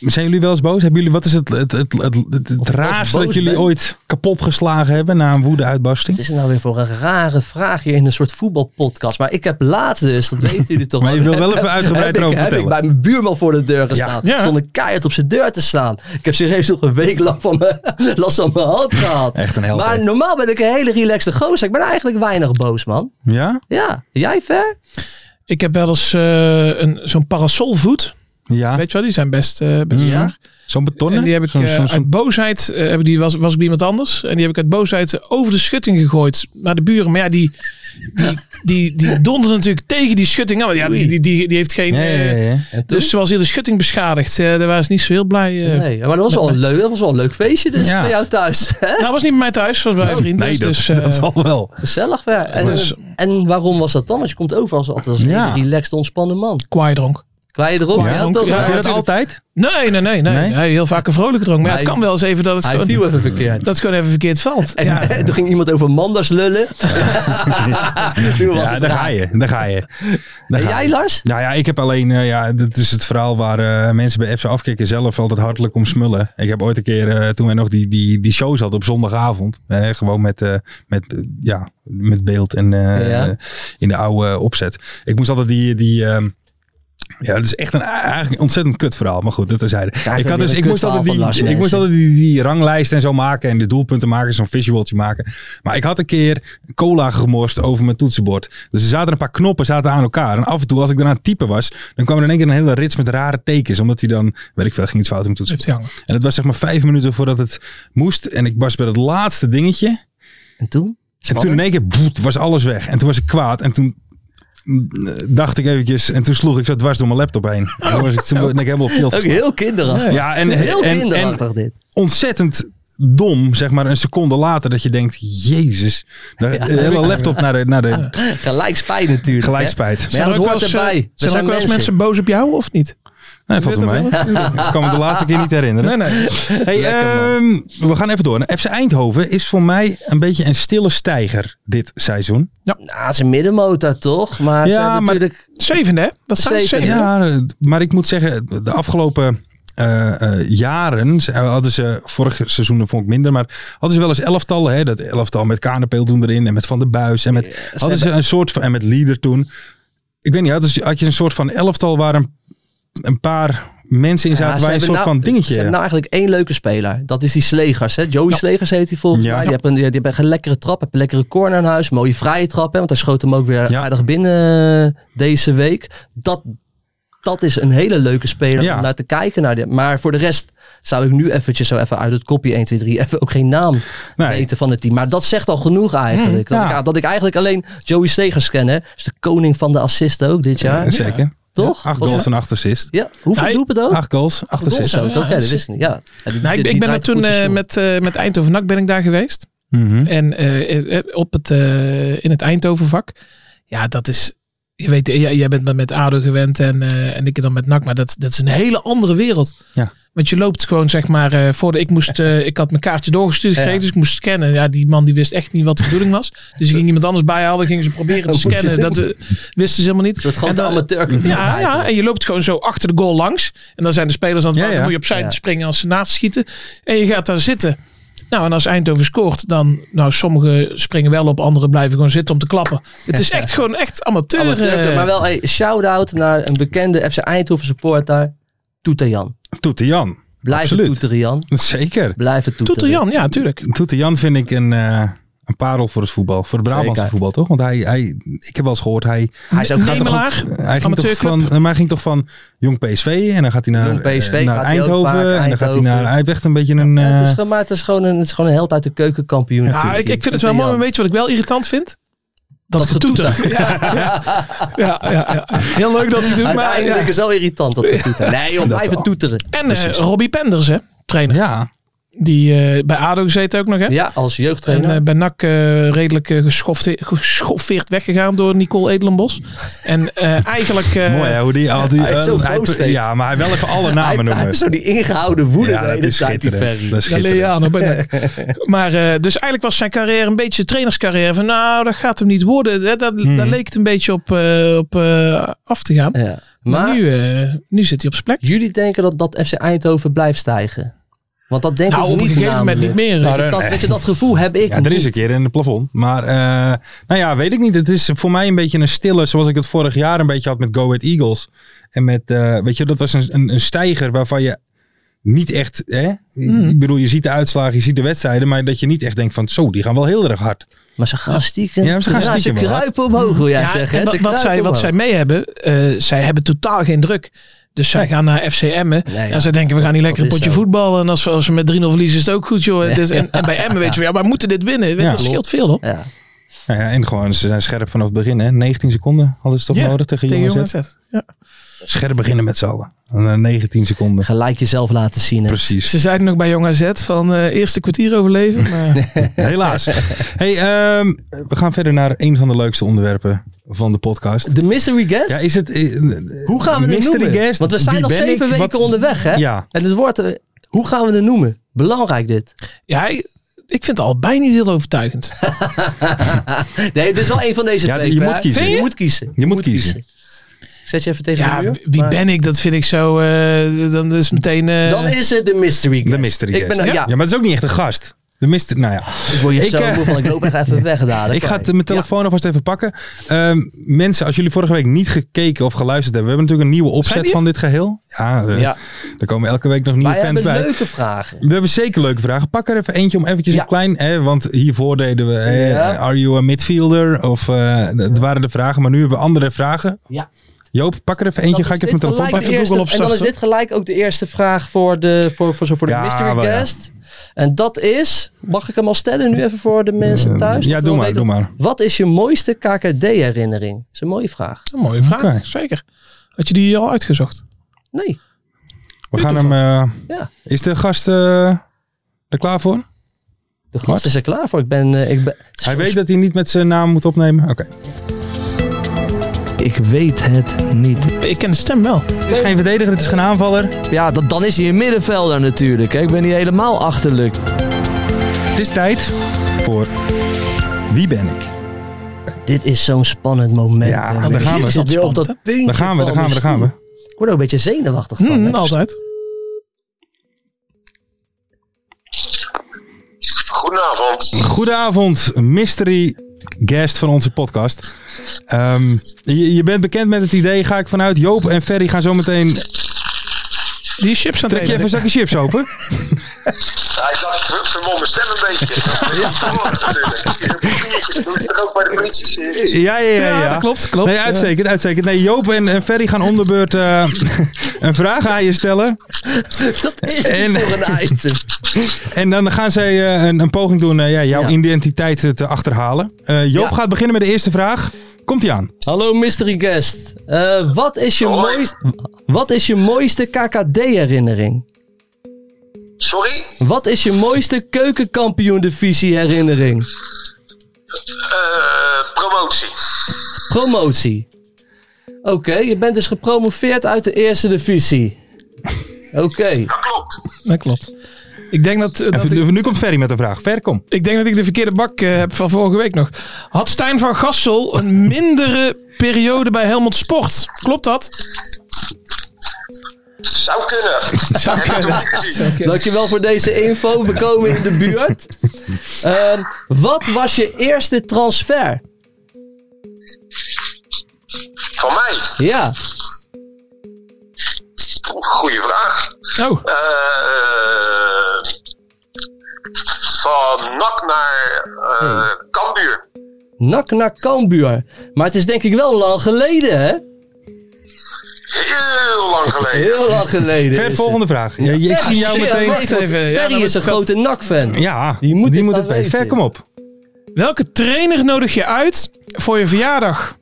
zijn jullie wel eens boos? Hebben juljullie, wat is het, het, het, het, het, het
Of ik
raarste
boos
dat jullie
ben?
ooit kapot geslagen hebben na een woedeuitbarsting?
Wat is het nou weer voor een rare vraag hier in een soort voetbalpodcast? Maar ik heb laatst dus, dat weten jullie
[laughs]
toch
Maar je
wel,
wil wel even uitgebreid
[laughs] heb
erover
ik, heb ik
vertellen.
bij mijn buurman voor de deur gestaan.
Ja.
Stond een keihard op zijn deur te slaan. Ik heb serieus nog een week lang van mijn, [laughs] last van mijn hand gehad.
Echt een held,
Maar
hè?
normaal ben ik een hele relaxte gozer. Ik ben eigenlijk weinig boos, man.
Ja?
Ja, jij ver?
Ik heb wel eens eh, een zo'n parasolvoet.
Ja.
Weet je wel, die zijn best, eh best
Mhm.
zwaar.
Zo'n betonnen?
En die heb ik
Zo'n-
eh,
zo'n- zo'n-
uit boosheid, eh, heb ik die was, was ik bij iemand anders. En die heb ik uit boosheid over de schutting gegooid naar de buren. Maar ja, die, die, die,
[laughs]
die donderde natuurlijk tegen die schutting aan. Want Ja, die, die, die, die heeft geen...
Ja, ja, ja,
eh,
ja.
Dus ze was hier de schutting beschadigd. Eh, daar waren ze niet zo heel blij. eh.
Nee, maar dat was, wel een leuk, dat was wel een leuk feestje dus
Ja.
bij jou thuis. hè?
Nou, dat was niet bij mij thuis, dat was bij een vriend.
Nee, dat,
dus, eh,
dat zal wel.
Gezellig ver. En,
Dus-
en waarom was dat dan? Want je komt over als, altijd als een
Ja.
hele relaxed, ontspannen man.
kwaai dronk.
Kwaai erop, ja,
Ja,
toch?
ja,
Heb je dat
natuurlijk.
altijd?
Nee, nee, nee. nee.
Nee?
Hij heel vaak een vrolijke dronk. Maar ja, het
Hij-
kan wel eens even dat het,
Hij
gewoon,
viel even verkeerd.
dat het gewoon even verkeerd
[laughs]
valt.
En
ja.
[laughs] toen ging iemand over manders lullen. Toen was
Ja, daar
het raak.
ga je. Daar ga je. Daar
En
ga
jij,
je.
Lars?
Nou ja, ik heb alleen, eh, ja, dat is het verhaal waar eh, mensen bij FC Afkikken zelf altijd hartelijk om smullen. Ik heb ooit een keer, eh, toen wij nog die, die, die shows hadden op zondagavond, eh, gewoon met, eh, met, eh, ja, met beeld en eh,
Ja.
eh, in de oude opzet. Ik moest altijd die, die ehm, Ja, dat is echt een eigenlijk een ontzettend kut verhaal. Maar goed, dat is hij. Ik,
weer
had dus,
een
ik moest
kutverhaal
altijd,
van Lars
die, ik moest
Nedersen.
altijd die, die ranglijst en zo maken. En de doelpunten maken, zo'n visualtje maken. Maar ik had een keer cola gemorst over mijn toetsenbord. Dus er zaten een paar knoppen zaten aan elkaar. En af en toe, als ik daarna aan het typen was, dan kwam er in één keer een hele rits met rare tekens. Omdat hij dan, weet ik veel, ging iets fout in mijn
Heeft hij
toetsenbord.
hangen.
En dat was zeg maar vijf minuten voordat het moest. En ik was bij dat laatste dingetje.
En toen?
En toen in één keer boet, was alles weg. En toen was ik kwaad. En toen mm, dacht ik eventjes. En toen sloeg ik zo dwars door mijn laptop heen.
Oh.
En toen, was ik, toen ben ik helemaal op tilt
Ook
geslagen.
heel kinderachtig.
Ja, en,
heel
en, en
kinderachtig dit.
ontzettend dom, zeg maar, een seconde later dat je denkt, jezus, de, de hele laptop naar de, naar de
Gelijk spijt natuurlijk. hè.
gelijkspijt.
Maar ja,
Zijn
dat
er ook
hoort
wel eens, eh,
erbij. We
Zijn er
zijn
ook wel eens
mensen.
mensen boos op jou of niet?
Nee, valt wel mee. Ik kan me de laatste keer niet herinneren.
Nee, nee.
Hey, ehm, we gaan even door. FC Eindhoven is voor mij een beetje een stille stijger dit seizoen.
Nou, het is een middenmotor toch? Maar
Ja,
ze hebben
maar-
natuurlijk...
Zevende, hè? Dat zijn ze
Zevende.
zevende.
Ja, maar ik moet zeggen, de afgelopen eh, eh, jaren ze- hadden ze, vorige seizoenen vond ik minder, maar hadden ze wel eens elftallen. Hè? Dat elftal met Kanepeel toen erin en met Van der Buis en met, hadden ze een soort van, en met Leader toen. Ik weet niet, hadden ze- had je een soort van elftal waar een, een paar mensen in
Ja,
zaten
ze
waar je een
hebben
soort
nou-
van
Ze
dingetje.
hebben nou eigenlijk één leuke speler. Dat is die Slegers. Hè? Joey Slegers heet hij volgens
Ja.
mij.
Ja.
Die hebben een, die hebben echt een lekkere trap. Heeft een lekkere corner aan huis. Mooie vrije trap. Hè? Want hij schoot hem ook weer
Ja.
aardig binnen eh, deze week. Dat, dat is een hele leuke speler
Ja.
om naar te kijken. Naar dit. Maar voor de rest zou ik nu eventjes zo even uit het kopje 1, 2, 3 even ook geen naam
Nee. Mm,
weten van het team. Maar dat zegt al genoeg eigenlijk.
ja.
dat, ik, dat ik eigenlijk alleen Joey Slegers ken. Hè? Is de koning van de assisten ook dit jaar.
Ja, zeker.
Toch?
Acht goals en acht assists.
Ja, hoeveel
Nee.
doelpunten ook?
Acht goals, acht
Oh. Goals
assists.
ook, oké, dat wist ik niet. Ja. Ja, die-
Nou, ik,
die-
ik ben
die
daar
draait
toen
goed, die
eh,
jongen.
met, eh, met Eindhoven NAC ben ik daar geweest.
Mhm.
En eh, eh, op het, eh, in het Eindhovenvak. Ja, dat is... Je weet, eh, jij, jij bent met- met ADO gewend en, eh, en ik dan met NAC. Maar dat, dat is een hele andere wereld.
Ja.
Want je loopt gewoon zeg maar... eh, voor de, ik, moest, eh, ik had mijn kaartje doorgestuurd gekregen,
Ja.
dus ik moest scannen. Ja, die man die wist echt niet wat de bedoeling was. Dus ik ging iemand anders bijhalen, gingen ze proberen te
[laughs] Moet je
scannen. Dat eh, wisten ze helemaal niet.
Een soort grote
En dan-
amateur.
nou, [laughs] Ja, ja, en je loopt gewoon zo achter de goal langs. En dan zijn de spelers aan het
Ja,
wachten.
ja.
Dan moet je opzij
Ja.
springen als ze naast schieten. En je gaat daar zitten. Nou, en als Eindhoven scoort, dan... Nou, sommigen springen wel op, anderen blijven gewoon zitten om te klappen. Het is echt gewoon echt amateur.
Amateur,
eh.
maar wel een shout-out naar een bekende FC Eindhoven supporter, Toeter Jan.
Toete Jan. [laughs]
Blijf het
Absoluut.
toeteren Jan.
Zeker.
Blijf het toeteren.
Toeter Jan, ja, tuurlijk.
Toete Jan vind ik een, eh, een parel voor het voetbal. Voor het Brabantse
Zeker.
voetbal, toch? Want hij, hij, ik heb wel eens gehoord, hij,
Hij is ook
Nee,
gaat
maar-
toch
Nijmelaar,
hij, ging toch van,
amateurclub.
maar hij ging toch van jong PSV en dan gaat hij naar,
Jong PSV
eh, naar
gaat hij ook
Eindhoven.
vaak,
en dan gaat hij
Eindhoven.
naar, hij heeft echt een beetje een...
ook- Ja, het is
eh,
gewoon, maar het is gewoon een, het is gewoon een held uit de keukenkampioen.
Ja, ik, ik vind het wel mooi, maar weet je wat ik wel irritant vind?
Dat
Dat, het getoeter.
[laughs]
Ja. Ja, ja, ja. Heel leuk dat hij doet, maar...
Uiteindelijk
ja.
is het wel irritant dat we toeteren. Nee joh, blijf het toeteren.
En eh, Robbie Penders, hè, trainer.
ja,
Die eh, bij ADO gezeten ook nog, hè?
Ja, als
En
jeugdtrainer.
eh, bij NAC eh, redelijk eh, geschofte- geschoffeerd weggegaan door Nicole Edelenbos. en eh, eigenlijk... eh,
mooi hè, hoe die... al die
hij is
eh,
zo
hij-
boos steeds.
ja, maar hij wil even alle
[laughs] hij,
namen
hij
noemen.
heeft zo die ingehouden woede
Ja,
de
dat
hele
is
tijd, die Ferry.
schitterend. Dat is
[laughs] Ja,
schitterend.
Leano bij NAC.
[laughs]
maar eh, dus eigenlijk was zijn carrière een beetje trainerscarrière. Van nou, dat gaat hem niet worden. Hè? Dat,
Hmm.
Daar leek het een beetje op, eh, op eh, af te gaan.
Ja.
Maar,
Maar
nu, eh, nu zit hij op zijn plek.
jullie denken dat, dat FC Eindhoven blijft stijgen? Want dat denk
Nou,
ik
op een
niet
gegeven moment
namelijk.
niet meer.
Weet
Nou,
je,
dan-
dat, weet je, dat gevoel heb ik
Ja, er is een
niet.
keer in het plafond. Maar eh, nou ja, weet ik niet. Het is voor mij een beetje een stille, zoals ik het vorig jaar een beetje had met Go Ahead Eagles. En met, eh, weet je, dat was een, een, een stijger waarvan je niet echt, hè?
Mhm.
ik bedoel, je ziet de uitslagen, je ziet de wedstrijden, maar dat je niet echt denkt van, zo, die gaan wel heel erg hard.
Maar ze gaan stiekem.
Ja, ze gaan stiekem
ze
wel, hè?
kruipen omhoog, wil jij
Ja,
zeggen.
en
hè? dus
wat,
Ze
wat, zij,
kruipen
wat zij
omhoog.
mee hebben, eh, zij hebben totaal geen druk. Dus zij gaan naar FCM'en.
Nee, ja.
En zij denken, we gaan hier lekker een
is
potje
zo.
voetballen. En als we, als we met 3-0 verliezen, is het ook goed, joh.
Nee.
Dus, en, en
[laughs]
bij Emmen weet je, wel, ja, maar we moeten dit winnen. Weet je, dat
klopt.
scheelt veel, hoor.
Ja.
Nou ja, en gewoon, ze zijn scherp vanaf het begin, hè? 19 seconden hadden ze toch
Ja,
nodig tegen jongens.
Jong AZ. Ja.
Scherp beginnen met z'n allen. En dan 19
[laughs]
seconden.
Gelijk jezelf laten zien. hè.
Precies.
Ze zeiden nog bij Jong AZ van eh, eerste kwartier
[laughs]
overleven. Maar
Helaas. Hey, ehm, we gaan verder naar een van de leukste onderwerpen van de podcast.
De mystery guest?
Ja, is het... eh,
Hoe gaan we het
mystery
noemen?
guest,
Want we zijn
wie
al
ben ik,
zeven weken
wat-
onderweg, hè?
Ja.
En het wordt, eh, hoe gaan we het noemen? Belangrijk dit.
ja, ik ik vind het al bijna niet heel overtuigend.
Nee, dit is wel een van deze
Ja,
twee.
je
hè?
moet kiezen.
Vind Je moet kiezen.
Je moet kiezen.
Ik zet je even tegen
Ja,
de muur.
wie- wie
maar-
ben ik? Dat vind ik zo... eh, dan is meteen... eh,
Dan is het de mystery guest.
De mystery
Ik ben
guest.
nou-
ja.
ja.
maar het is ook niet echt een gast. De mist, nou ja.
Ik word je
Ik,
zo
eh,
moe van, ik loop echt even weg
[laughs]
daar.
Ik ga het, eh, mijn telefoon alvast even pakken. Ehm, mensen, als jullie vorige week niet gekeken of geluisterd hebben, we hebben natuurlijk een nieuwe
Zijn
opzet
die?
van dit geheel. Ja, eh,
Ja.
er komen elke week nog nieuwe
Maar je
fans
hebt
bij.
leuke vragen.
We hebben zeker leuke vragen. Pak er even eentje om eventjes
Ja.
een klein... Hè, want hiervoor deden we... hè,
Ja.
Are you a midfielder? Of eh dat waren de vragen. Maar nu hebben we andere vragen.
Ja.
Joop, pak er even eentje.
Dan
Ga ik
is
even mijn
dit
telefoon
gelijk
pakken.
de
Even Google
eerste- En dan is
opstarten.
dit gelijk ook de eerste vraag voor de, voor, voor, zo voor de
Ja,
mystery
wel, ja.
guest. En dat is, mag ik hem al stellen nu even voor de mensen thuis?
Ehm, Ja,
Dat
doe
we
maar,
weten-
doe maar.
Wat is je mooiste KKD-herinnering? Dat is een mooie vraag.
Een mooie vraag,
Oké.
zeker. Had je die al uitgezocht?
Nee.
We gaan hem... eh,
Ja.
is de gast eh, er klaar voor?
De gast is er klaar voor. Ik ben, eh, ik ben,
Hij weet dat hij niet met zijn naam moet opnemen. Oké.
Ik weet het niet.
Ik ken de stem wel.
Het is geen verdediger, het is geen aanvaller.
Ja, dat, dan is hij een middenvelder natuurlijk. Hè. Ik ben niet helemaal achterlijk.
Het is tijd voor Wie ben ik?
Dit is zo'n spannend moment. eh,
Ja, nou,
hè.
daar
Hier
gaan we.
is het weer op dat puntje
Daar gaan we, daar
van
gaan we, Mm, daar gaan we.
misschien. Ik word ook een beetje zenuwachtig van.
Hm,
hè.
altijd.
Goedenavond.
Goedenavond, mystery guest van onze podcast. Ehm, je, je bent bekend met het idee, ga ik vanuit. Joop en Ferry gaan zo meteen...
Die is chips aan het
Trek je even
eten.
een zakje chips open?
Ja, ik dacht, ver- vermom mijn stem een beetje. Ja. Doe je er ook bij de politie
[laughs]
zitten?
Ja, ja, ja. ja.
dat klopt, klopt.
Nee, uitstekend, uitstekend. Nee, Joop en, en Ferry gaan om de beurt eh, [laughs] een vraag aan je stellen.
Dat [laughs] is
En-
niet voor
[laughs]
een item.
En dan gaan zij eh, een, een poging doen eh, ja, jouw
Ja.
identiteit eh, te achterhalen. Eh, Joop
Ja.
gaat beginnen met de eerste vraag. Komt-ie aan.
Hallo mystery guest. Eh, wat, is je
Hoi.
moois- wat is je mooiste KKD-herinnering?
Sorry?
Wat is je mooiste keukenkampioen-divisie-herinnering?
Eh, promotie.
Promotie. Oké, je bent dus gepromoveerd uit de eerste divisie. Oké.
Dat klopt.
Dat klopt. Ik denk dat, dat
Even-
ik,
Nu komt Ferry met een vraag. Ver, kom.
ik denk dat ik de verkeerde bak eh, heb van vorige week nog. Had Stijn van Gassel
[laughs]
een mindere periode bij Helmond Sport? Klopt dat?
Zou kunnen.
Zou
Heb ik nog niet gezien.
Dankjewel voor deze info. We komen in de buurt. [laughs] Ehm, wat was je eerste transfer?
Van mij?
Ja,
Goeie vraag.
Oh,
Eh, van NAC naar eh Cambuur.
nak naar Cambuur. Maar het is denk ik wel lang geleden, hè?
Heel lang geleden.
Heel lang geleden. is
Ver,
het.
volgende vraag. Ja, je- ik
Ja,
zie jou
shit,
meteen.
wacht even.
Ja,
Ferry
dan
is een
moet ik
grote NAC-fan.
Ja,
Die moet dit
het
gaan
weten. Ver,
weten.
kom op.
welke trainer nodig je uit voor je verjaardag?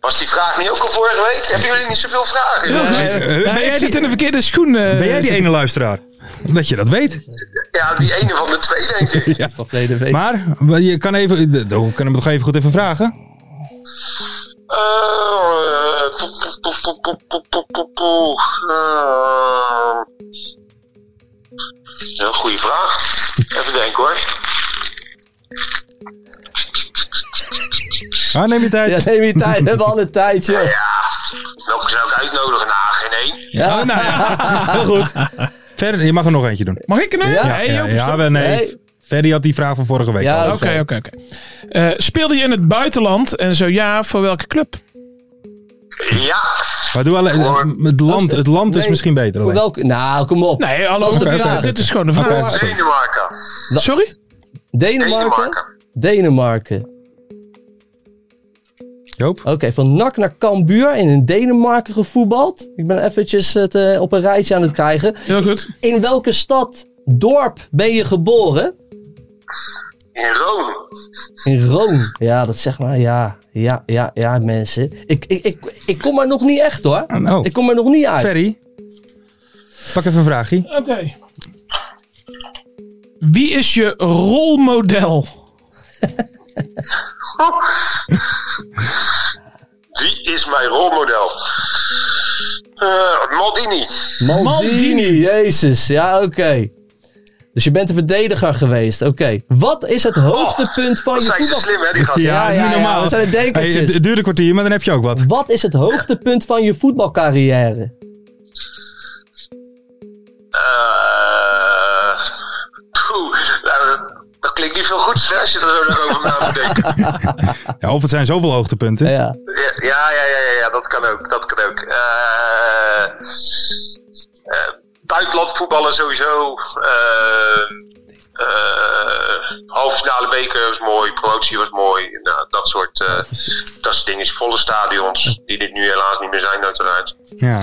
Was die vraag niet ook al vorige week? Hebben jullie niet zoveel vragen?
eh, ben
ben
jij
jij
die-
zit in de verkeerde schoen. eh,
Ben
Eh,
jij die ene luisteraar? Dat je dat weet.
Ja, die ene van de twee, denk ik.
Van verleden week.
Maar wel, je kan even. de- de- We kunnen hem toch even goed even vragen.
Eh, eh, poep, poep, poep, poep, poep, poep, poep, poep. Eh, ja, goede vraag. Even denken hoor.
Ah, neem je
Ja,
tijd.
neem je tijd. We hebben al een tijdje.
Welke zou ik uitnodigen? Nou, geen één.
Ja, [laughs] nou ja. Heel goed. Ver, je mag er nog eentje doen.
Mag ik er nu?
Ja.
Hey,
ja,
Joop,
ja, wel, nee.
Nee.
Ferry had die vraag van vorige week.
Ja,
al.
ook.
Oké, oké, oké. Eh, Speelde je in het buitenland en zo ja, voor welke club?
Ja,
Maar doe alleen.
Hoor.
Het land, het land is
Nee,
misschien beter.
Voor
alleen.
welke? Nou, kom op.
Nee, hallo,
Dat is de
dit-
vraag.
dit is gewoon een vraag.
Oké, sorry.
Denemarken.
Sorry?
Denemarken.
Denemarken.
Denemarken.
Joop?
Oké, van NAC naar Cambuur en in Denemarken gevoetbald. Ik ben eventjes het eh, op een rijtje aan het krijgen.
Heel goed.
In welke stad, dorp ben je geboren?
In Rome.
In Rome. Ja, dat zeg maar. Ja, ja, ja, ja, mensen. Ik, ik, ik, ik kom er nog niet echt hoor.
Ah,
Oh,
nou.
Ik kom er nog niet uit.
Ferry. Pak even een vraagje.
Oké. Wie is je rolmodel?
Wie is mijn rolmodel? Eh, Maldini.
Maldini.
Maldini.
Jezus, ja, oké. Dus je bent een verdediger geweest. Oké. Wat is het hoogtepunt van
Oh, Dat
je
zijn ze
voetbal?
slim, hè, die gasten.
Ja,
ja,
niet
ja,
normaal.
dat zijn de
Hey,
dekertjes.
het het duurde een kwartier, maar dan heb je ook wat.
Wat is het hoogtepunt van je voetbalcarrière?
Eh, poe. Nou, dat, dat klinkt niet veel goed hè, als je er zo nog over na moet denken. [laughs]
Ja, of het zijn zoveel hoogtepunten.
Ja.
Ja, ja, ja, ja, ja, ja, dat kan ook. Dat kan ook. Eh, eh, buitenland voetballen sowieso. Eh, eh, halve finale beker was mooi. Promotie was mooi. Nou, dat soort, eh, dat soort dingen. Volle stadions. Die dit nu helaas niet meer zijn, uiteraard.
Ja.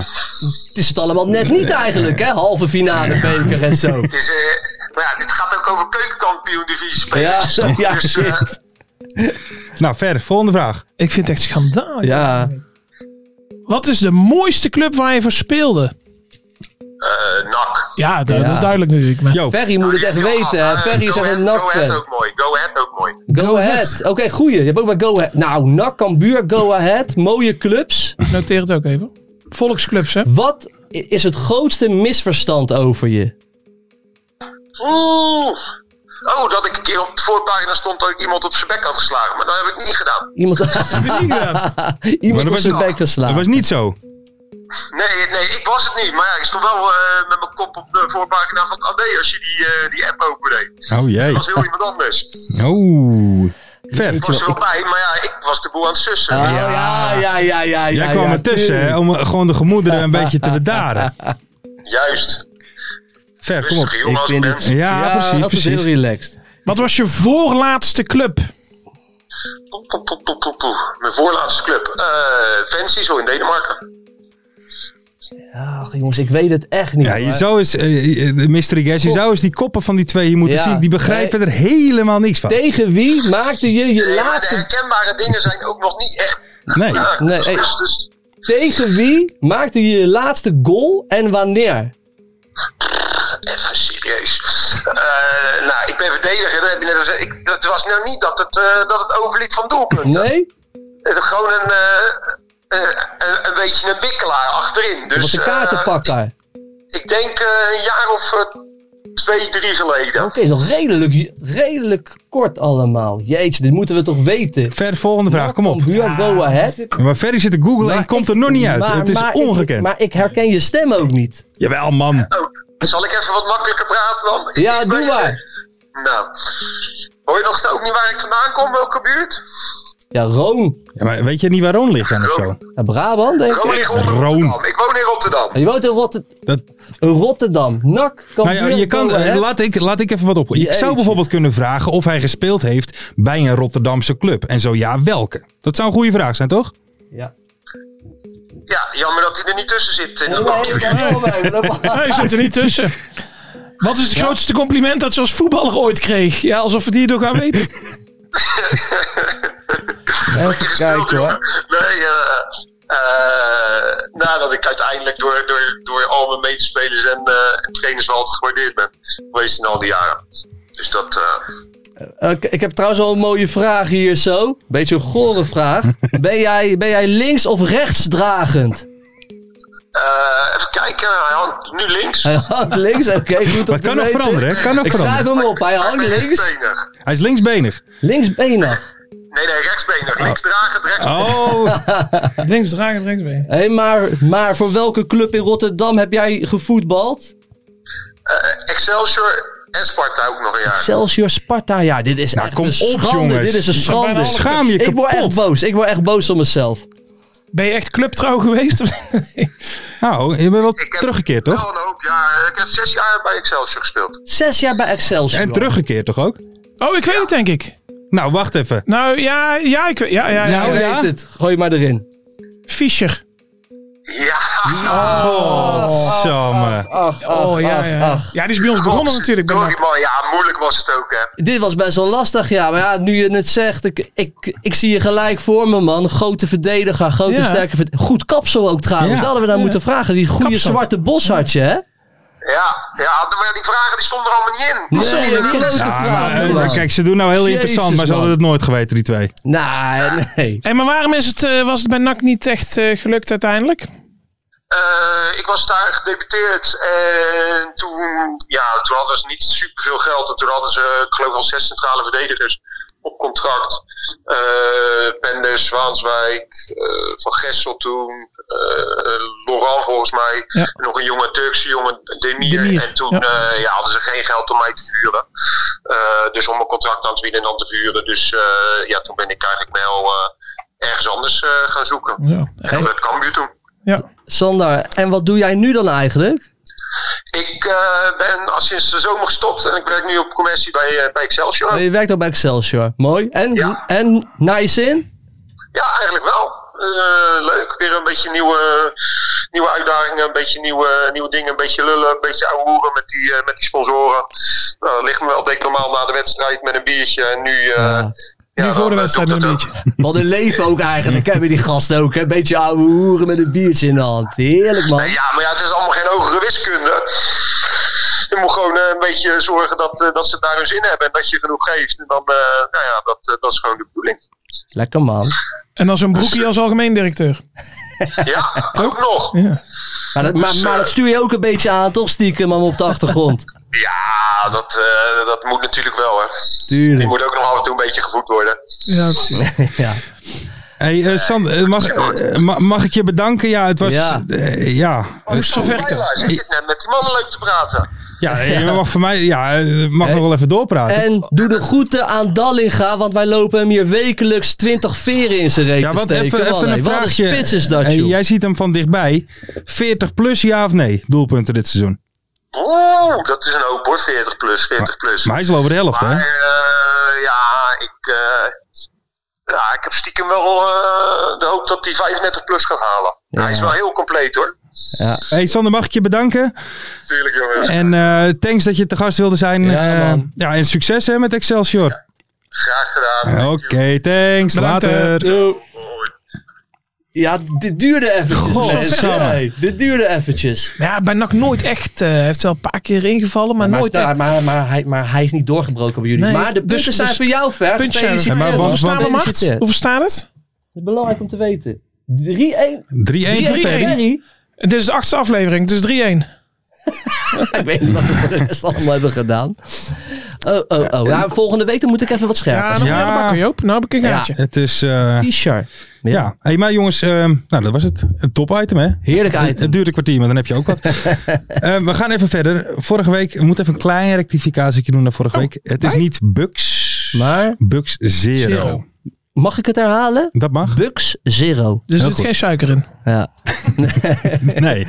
Het is het allemaal net niet eigenlijk, hè? Halve finale, beker en zo.
Dus, eh, maar ja, dit gaat ook over keukenkampioen divisie
Ja, [laughs]
spelen.
ja,
Dus, eh,
shit.
Nou, verder. Volgende vraag.
Ik vind het echt schandaal.
Ja.
Wat is de mooiste club waar je voor speelde?
eh, NAC.
Ja, dat,
Ja.
dat is duidelijk natuurlijk. Maar
Joop.
Ferry moet het echt weten, hè?
Eh,
Ferry is
Go
echt een
Ahead- Go Ahead
NAC-fan.
ook mooi. Go Ahead ook mooi.
Go Ahead. Oké, goeie. Je hebt ook maar Go Ahead. Nou, NAC, Cambuur, Go Ahead. Mooie clubs.
noteer het ook even. Volksclubs, hè?
Wat i- is het grootste misverstand over je?
Oeh. Oh, dat ik een keer op de voorpagina stond dat ik iemand op zijn bek had geslagen. Maar dat heb ik niet
[laughs]
gedaan.
Iemand,
Maar
iemand
dat
op
was
zijn
een-
bek
Dat was
geslagen.
niet zo.
Nee, nee, ik was het niet. Maar ja, ik stond wel eh, met mijn kop op de voorpagina van het AD als je die, eh, die app opendeed.
Oh jee.
Dat was heel iemand anders. Ik
Oh. Ver.
was er wel bij, maar ja, ik was de boel aan het sussen.
Oh, ja, ja, ja, ja.
Jij
ja,
kwam
ja,
ertussen hè,
tuurlijk.
om eh, gewoon de gemoederen een beetje te
[laughs]
bedaren.
Juist.
Ver, kom op.
Rustig, jongen,
ik
als
vind
ben.
het-
Ja, precies,
dat is
precies.
heel relaxed.
Wat was je voorlaatste club?
Poep, poep, poep, poep, poep, poep. Mijn voorlaatste club. Eh Fancy, zo in Denemarken.
Ach, jongens, ik weet het echt niet.
Ja, je
maar-
zou eens, eh, eh, Mystery Guest, je zou eens die koppen van die twee hier moeten
Ja,
zien. Die begrijpen er helemaal niks van.
Tegen wie maakte je je
Nee, maar de
laatste...
herkenbare dingen zijn ook nog niet echt.
Nee.
Ja,
Nee,
dus-
hey.
dus- dus-
Tegen wie maakte je je laatste goal en wanneer?
Even serieus. Eh, nou, ik ben verdediger. Dat heb je net al gezegd. Ik, het was nou niet dat het, eh, dat het overliep van doelpunten.
Nee?
Het is gewoon een, eh, eh, een, een beetje een wikkelaar achterin. Dus,
Dat was een
eh,
kaartenpakker.
ik denk eh, een jaar of eh, twee, drie geleden.
Oké, nog redelijk, redelijk kort allemaal. Jeetje, dit moeten we toch weten.
Ver, volgende vraag, kom op.
Cambuur, go ahead.
Maar Ferry zit te googlen en
Maar
komt
ik-
er nog niet uit.
maar-
het is
maar ik-
ongekend.
maar ik herken je stem ook niet.
Jawel, man.
Oh, zal ik even wat makkelijker praten dan? Ik-
Ja,
ik
doe
ben-
maar.
Nou, hoor je nog ook niet waar ik vandaan kom? Welke buurt?
Ja, Roon.
Ja, maar weet je niet waar Ron ligt dan of zo?
Ja, Brabant, denk
Roon
ik.
ligt onder
Roon.
Rotterdam. Ik woon in Rotterdam.
Ja, Je woont in Rotterdam.
Dat,
Rotterdam. Nak,
nou
Cambuur,
ja, je kan,
go
eh,
ahead.
laat, ik, laat ik even wat op. Ik
Jeetje.
zou bijvoorbeeld kunnen vragen of hij gespeeld heeft bij een Rotterdamse club. En zo ja, welke? Dat zou een goede vraag zijn, toch?
Ja.
Ja, jammer dat hij er niet tussen zit. in
Nee,
dat
nee,
bakje.
daar komen wij. Dat-
Nee, zit er niet tussen. Wat is het grootste compliment dat ze als voetballer ooit kreeg? Ja, alsof we die nog gaan weten.
Even kijken hoor.
Nee, eh eh, nadat ik uiteindelijk door, door, door al mijn medespelers en, eh, en trainers wel altijd gewaardeerd ben geweest in al die jaren. Dus dat. eh,
Eh, ik- ik heb trouwens al een mooie vraag hier zo. Beetje een gore vraag.
[laughs]
Ben jij, ben jij links of rechts dragend? [laughs]
eh, even kijken, hij hangt nu links.
Hij hangt links, oké. goed om
Maar het
te
kan nog
weten.
veranderen, hè? Kan nog
Ik schrijf
veranderen.
hem op. Hij hangt
Rechtsbenig.
links.
Hij is linksbenig.
Linksbenig.
Nee, nee, rechtsbenig. Links dragen,
[laughs]
rechts.
Oh,
Links dragen, links mee.
Hé, maar, maar voor welke club in Rotterdam heb jij gevoetbald?
Eh, Excelsior en Sparta ook nog een jaar.
Excelsior Sparta. Ja, dit is
Nou,
echt
kom
een
op,
schande.
jongens.
Dit is een schande.
bijna
schaam je
Ik word echt
kapot.
boos. Ik word echt boos op mezelf.
Ben je echt clubtrouw geweest?
Nou, je bent wel
Ik heb
teruggekeerd, toch?
Wel een hoop jaar. Ik heb zes jaar bij Excelsior gespeeld.
Zes jaar bij Excelsior.
En teruggekeerd, toch ook?
[laughs] oh, ik weet het denk ik.
Nou, wacht even.
Nou, ja, ja, ik weet... Ja, ja, ja.
Nou,
Oh,
weet
ja?
het. Gooi maar erin.
Fischer.
Ja,
Oh.
Godsamme.
Ach, ach,
Oh, ja,
ach,
ja.
ach.
Ja, die is bij ons begonnen natuurlijk. Bij
Sorry,
NAC.
man. Ja, moeilijk was het ook, hè.
Dit was best wel lastig, ja. Maar ja, nu je het zegt, ik, ik, ik zie je gelijk voor me, man. Grote verdediger, grote
Ja.
sterke verdediger. Goed kapsel ook trouwens.
Ja.
Dat hadden we daar moeten vragen. Die goede
Kapsel.
zwarte boshartje, hè?
Ja, ja, maar die vragen die stonden er allemaal niet in.
Nee,
Stonden
die
er niet in.
klote
Ja,
vragen,
maar,
man.
eh, kijk, ze doen nou heel
Oh. Jezus,
interessant, maar ze hadden
man.
het nooit geweten, die twee.
Nee, nee.
Hey, maar waarom is het, eh, was het bij NAC niet echt eh, gelukt uiteindelijk?
Eh, ik was daar gedeputeerd en toen, ja, toen hadden ze niet superveel geld. En toen hadden ze, ik geloof al zes centrale verdedigers. op contract. eh Penders, Zwaanswijk, eh, Van Gessel toen, eh eh, Laurent volgens mij.
Ja.
Nog een jonge Turkse jongen, Demir.
Demir,
en toen
ja.
eh, ja, hadden ze geen geld om mij te vuren. Eh, dus om een contract aan te bieden en dan te vuren. Dus eh, ja, toen ben ik eigenlijk wel eh, ergens anders eh, gaan zoeken.
Ja.
En dat werd Cambuur toen.
Sander, en wat doe jij nu dan eigenlijk?
Ik eh, ben al sinds de zomer gestopt en ik werk nu op commercie bij, eh, bij Excelsior.
Je werkt ook bij Excelsior. Mooi. En,
Ja.
en naar je zin?
Ja, eigenlijk wel. Eh, leuk, weer een beetje nieuwe, nieuwe uitdagingen, een beetje nieuwe, nieuwe dingen, een beetje lullen, een beetje ouwe hoeren met die, eh, met die sponsoren. Nou, dat ligt me wel, deed ik normaal na de wedstrijd met een biertje en nu... eh,
Ja.
ja,
nu voor de
dan, eh,
wedstrijd
doe
met
ik
een
dat
beetje.
Wat een leven ook eigenlijk. Hebben die gasten ook. Een beetje ouwe hoeren met een biertje in de hand. Heerlijk man.
ook. Ja, maar ja, het is allemaal geen hogere wiskunde. Je moet gewoon eh, een beetje zorgen dat, eh, dat ze daar hun zin hebben en dat je genoeg geeft. En dan, eh, nou ja, dat, eh, dat is gewoon de bedoeling.
Lekker man.
En dan zo'n
Dus-
broekje als algemeen directeur.
Ja, ook nog.
Ja.
Maar dat, maar, maar dat stuur je ook een beetje aan toch stiekem man op de [laughs] achtergrond.
Ja, dat, eh, dat moet natuurlijk wel, hè. Je
Tuurlijk.
moet ook nog af en toe een beetje gevoed worden.
Ja, precies.
Ja.
Hey, eh, San, eh, mag, eh, ma- mag ik je bedanken? Ja, het was...
Ja.
eh, ja.
Oh,
Dus-
Ik zit net met die mannen leuk te praten.
Ja, eh, je mag voor mij... Ja, eh, mag nog wel even doorpraten.
En doe de groeten aan Dallinga, want wij lopen hem hier wekelijks 20 veren in zijn reet
ja,
te
want
steken.
even,
man,
even
hé.
een
Wat
vraagje.
spits is dat,
Eh,
joh.
jij ziet hem van dichtbij. 40 plus, ja of nee? Doelpunten dit seizoen.
Oeh, dat is een hoop hoor, 40 plus, 40 plus.
Maar hij is al over de helft, hè?
Maar, eh, ja, ik, eh, ja, ik heb stiekem wel eh, de hoop dat hij 35 plus gaat halen. Hij is wel heel compleet hoor.
Hey Sander, mag ik je bedanken?
Tuurlijk jongens.
En eh, thanks dat je te gast wilde zijn.
Ja,
Eh,
man.
ja en succes hè, met Excelsior.
Graag gedaan.
Oké, thanks.
Bedankt,
eh.
Later.
Ja, dit duurde eventjes.
Godsamme.
mensen. Hey, dit duurde eventjes.
Ja, bij NAC nooit echt. eh, Hij heeft wel een paar keer ingevallen, maar,
Maar,
nooit
maar,
echt.
maar, maar hij, maar hij is niet doorgebroken bij jullie.
Nee,
maar de
dus-
punten zijn
dus-
voor jou ver.
Puntje zijn er.
Gefeliciteerd.
Maar
Hoeveel
want-
staan we,
want-
Mart? Hoeveel staat het?
Het is belangrijk om te weten. 3-1.
3-1 voor
3-1
Ferry.
Ferry.
En dit is de achtste aflevering, het is 3-1.
Ik weet niet wat we voor de rest allemaal hebben gedaan. Oh, oh, oh. Ja, volgende week dan moet ik even wat
Ja,
scherper
nog
zijn.
Ja.
ja. bakken, Joop. Nou heb ik een
Ja.
gaatje.
Het is... eh,
Fischer. Ja.
ja, hey, maar jongens, ehm, nou dat was het. Een top item hè?
Heerlijk
Het-
item.
Het duurt een kwartier, maar dan heb je
[laughs]
ook wat. Eh, we gaan even verder. Vorige week, we moeten even een klein rectificatie doen naar vorige
Oh,
week. Het is niet Bucks,
Maar
Bucks Zero.
Zero.
mag ik het herhalen?
Dat mag?
Bucks Zero.
Dus er
Heel
zit
goed.
geen suiker in.
Ja.
Nee.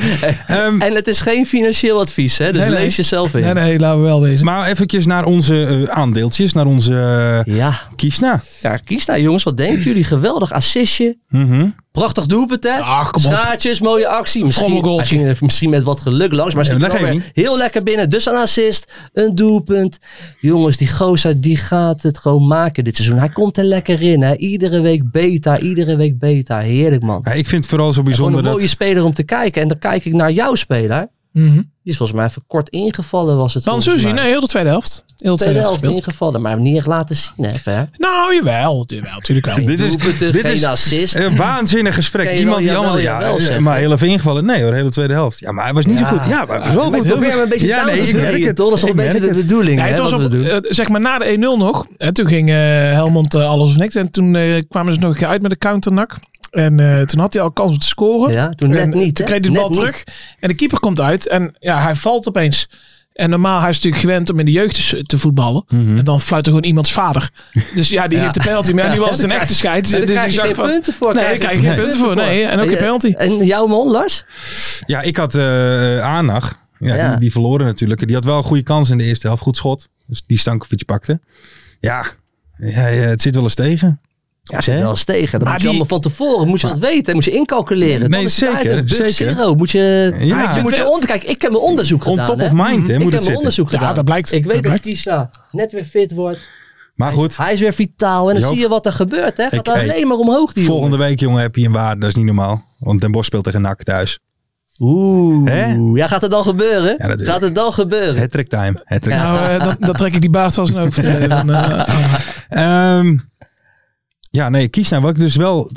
Ehm,
En het is geen financieel advies, hè? Dus
Nee, nee.
lees jezelf in.
Nee, nee, laten we wel wezen.
maar eventjes naar onze eh, aandeeltjes, naar onze eh,
Ja.
Kiesna.
ja, kies daar jongens. Wat denken jullie? Geweldig assistje.
Mhm.
Prachtig doelpunt, hè?
Ach, kom op.
Schaartjes, mooie actie.
Frommel
Misschien, hij
goaltje.
ging er misschien met wat geluk langs, maar
Ja,
ze
dat
kwam
geeft
weer
niet.
heel lekker binnen. Dus een assist, een doelpunt. Jongens, die gozer die gaat het gewoon maken dit seizoen. Hij komt er lekker in, hè? Iedere week beter, iedere week beter. Heerlijk, man.
Ja, ik vind het vooral zo
Gewoon
bijzonder
een mooie
dat...
speler om te kijken. En dan kijk ik naar jouw speler.
Mhm.
Die is volgens mij even kort ingevallen, was het. volgens
Bansuzi,
mij.
nee, heel de tweede helft. Heel de tweede,
tweede
helft
helft
gespeeld.
ingevallen, maar hem niet echt laten zien. Even, hè?
Nou, jawel. Jawel, natuurlijk wel.
Dit is,
Doelpunten,
dit
geen
is
assist.
een waanzinnig gesprek.
Kan je
Iemand
wel
die
jawel,
allemaal... Ja,
jawel
eh,
zeggen.
maar heel even ingevallen. Nee hoor, de hele tweede helft. Ja, maar hij was niet zo goed. Ja, maar hij was wel
Maar
goed.
probeer maar een beetje
Ja,
down
nee,
te
ik
spelen.
merk het.
Dat is toch
Ik
een beetje
merk
de
het.
bedoeling,
Ja,
hè?
het was
wat
op,
we doen.
eh, zeg maar na de 1-0 nog. Hè, toen ging eh, Helmond eh, alles of niks. En toen eh, kwamen ze nog een keer uit met de counternak. En eh, toen had hij al kans om te scoren.
Ja, toen net
En, eh,
niet,
Toen
hè?
kreeg hij de bal
Net niet.
terug. En de keeper komt uit. En ja, hij valt opeens. En normaal hij is natuurlijk gewend om in de jeugd te, te voetballen. En dan fluit er gewoon iemands vader. Dus ja, die
Mhm. Ja.
heeft de penalty. Maar ja, nu was
[laughs] Ja,
het
dan
een echte scheid.
Ja, daar
dus
krijg
ik
je
zag
geen
van,
punten voor.
Nee, daar krijg je geen punten voor. Nee, en ook
je
een penalty.
En jouw man, Lars?
Ja, ik had eh Anag. Ja,
Ja.
Die, die verloren natuurlijk. Die had wel een goede kans in de eerste helft. Goed schot. Dus die Stankovic pakte. Ja, ja, ja, het zit wel eens tegen.
Ja, zit
Hè?
wel eens tegen. Dat
Maar
moet je
die-
allemaal van tevoren moet je dat weten. hè, Moet je incalculeren. Dan
Nee,
is het
zeker,
item. Bug
zeker.
Zero. Moet je,
Ja.
ja, moet je onder, kijk, ik heb mijn onderzoek
On
gedaan.
top
hè. Mhm.
of mind, hè, moet
ik heb
het
mijn
zitten.
onderzoek
Ja,
gedaan.
dat blijkt.
Ik weet
Dat
dat Tisha net weer fit wordt.
Maar goed,
Hij is weer vitaal. En dan
Joop.
zie je wat er gebeurt. Hè. Gaat
Ik-
alleen
hey,
maar omhoog die
volgende week jongen heb je een waarde. Dat is niet normaal. Want Den Bosch speelt tegen NAC thuis.
jongen.
Hè?
Oeh. Ja, gaat het dan gebeuren?
Ja, natuurlijk.
gaat het dan gebeuren?
Hattrick time. Hattrick.
Ja.
Ja.
Nou, eh, dan, dan trek ik die baard van zijn hoofd. Eh, dan, eh,
Ehm, ja, nee, kies nou. Wat ik dus wel...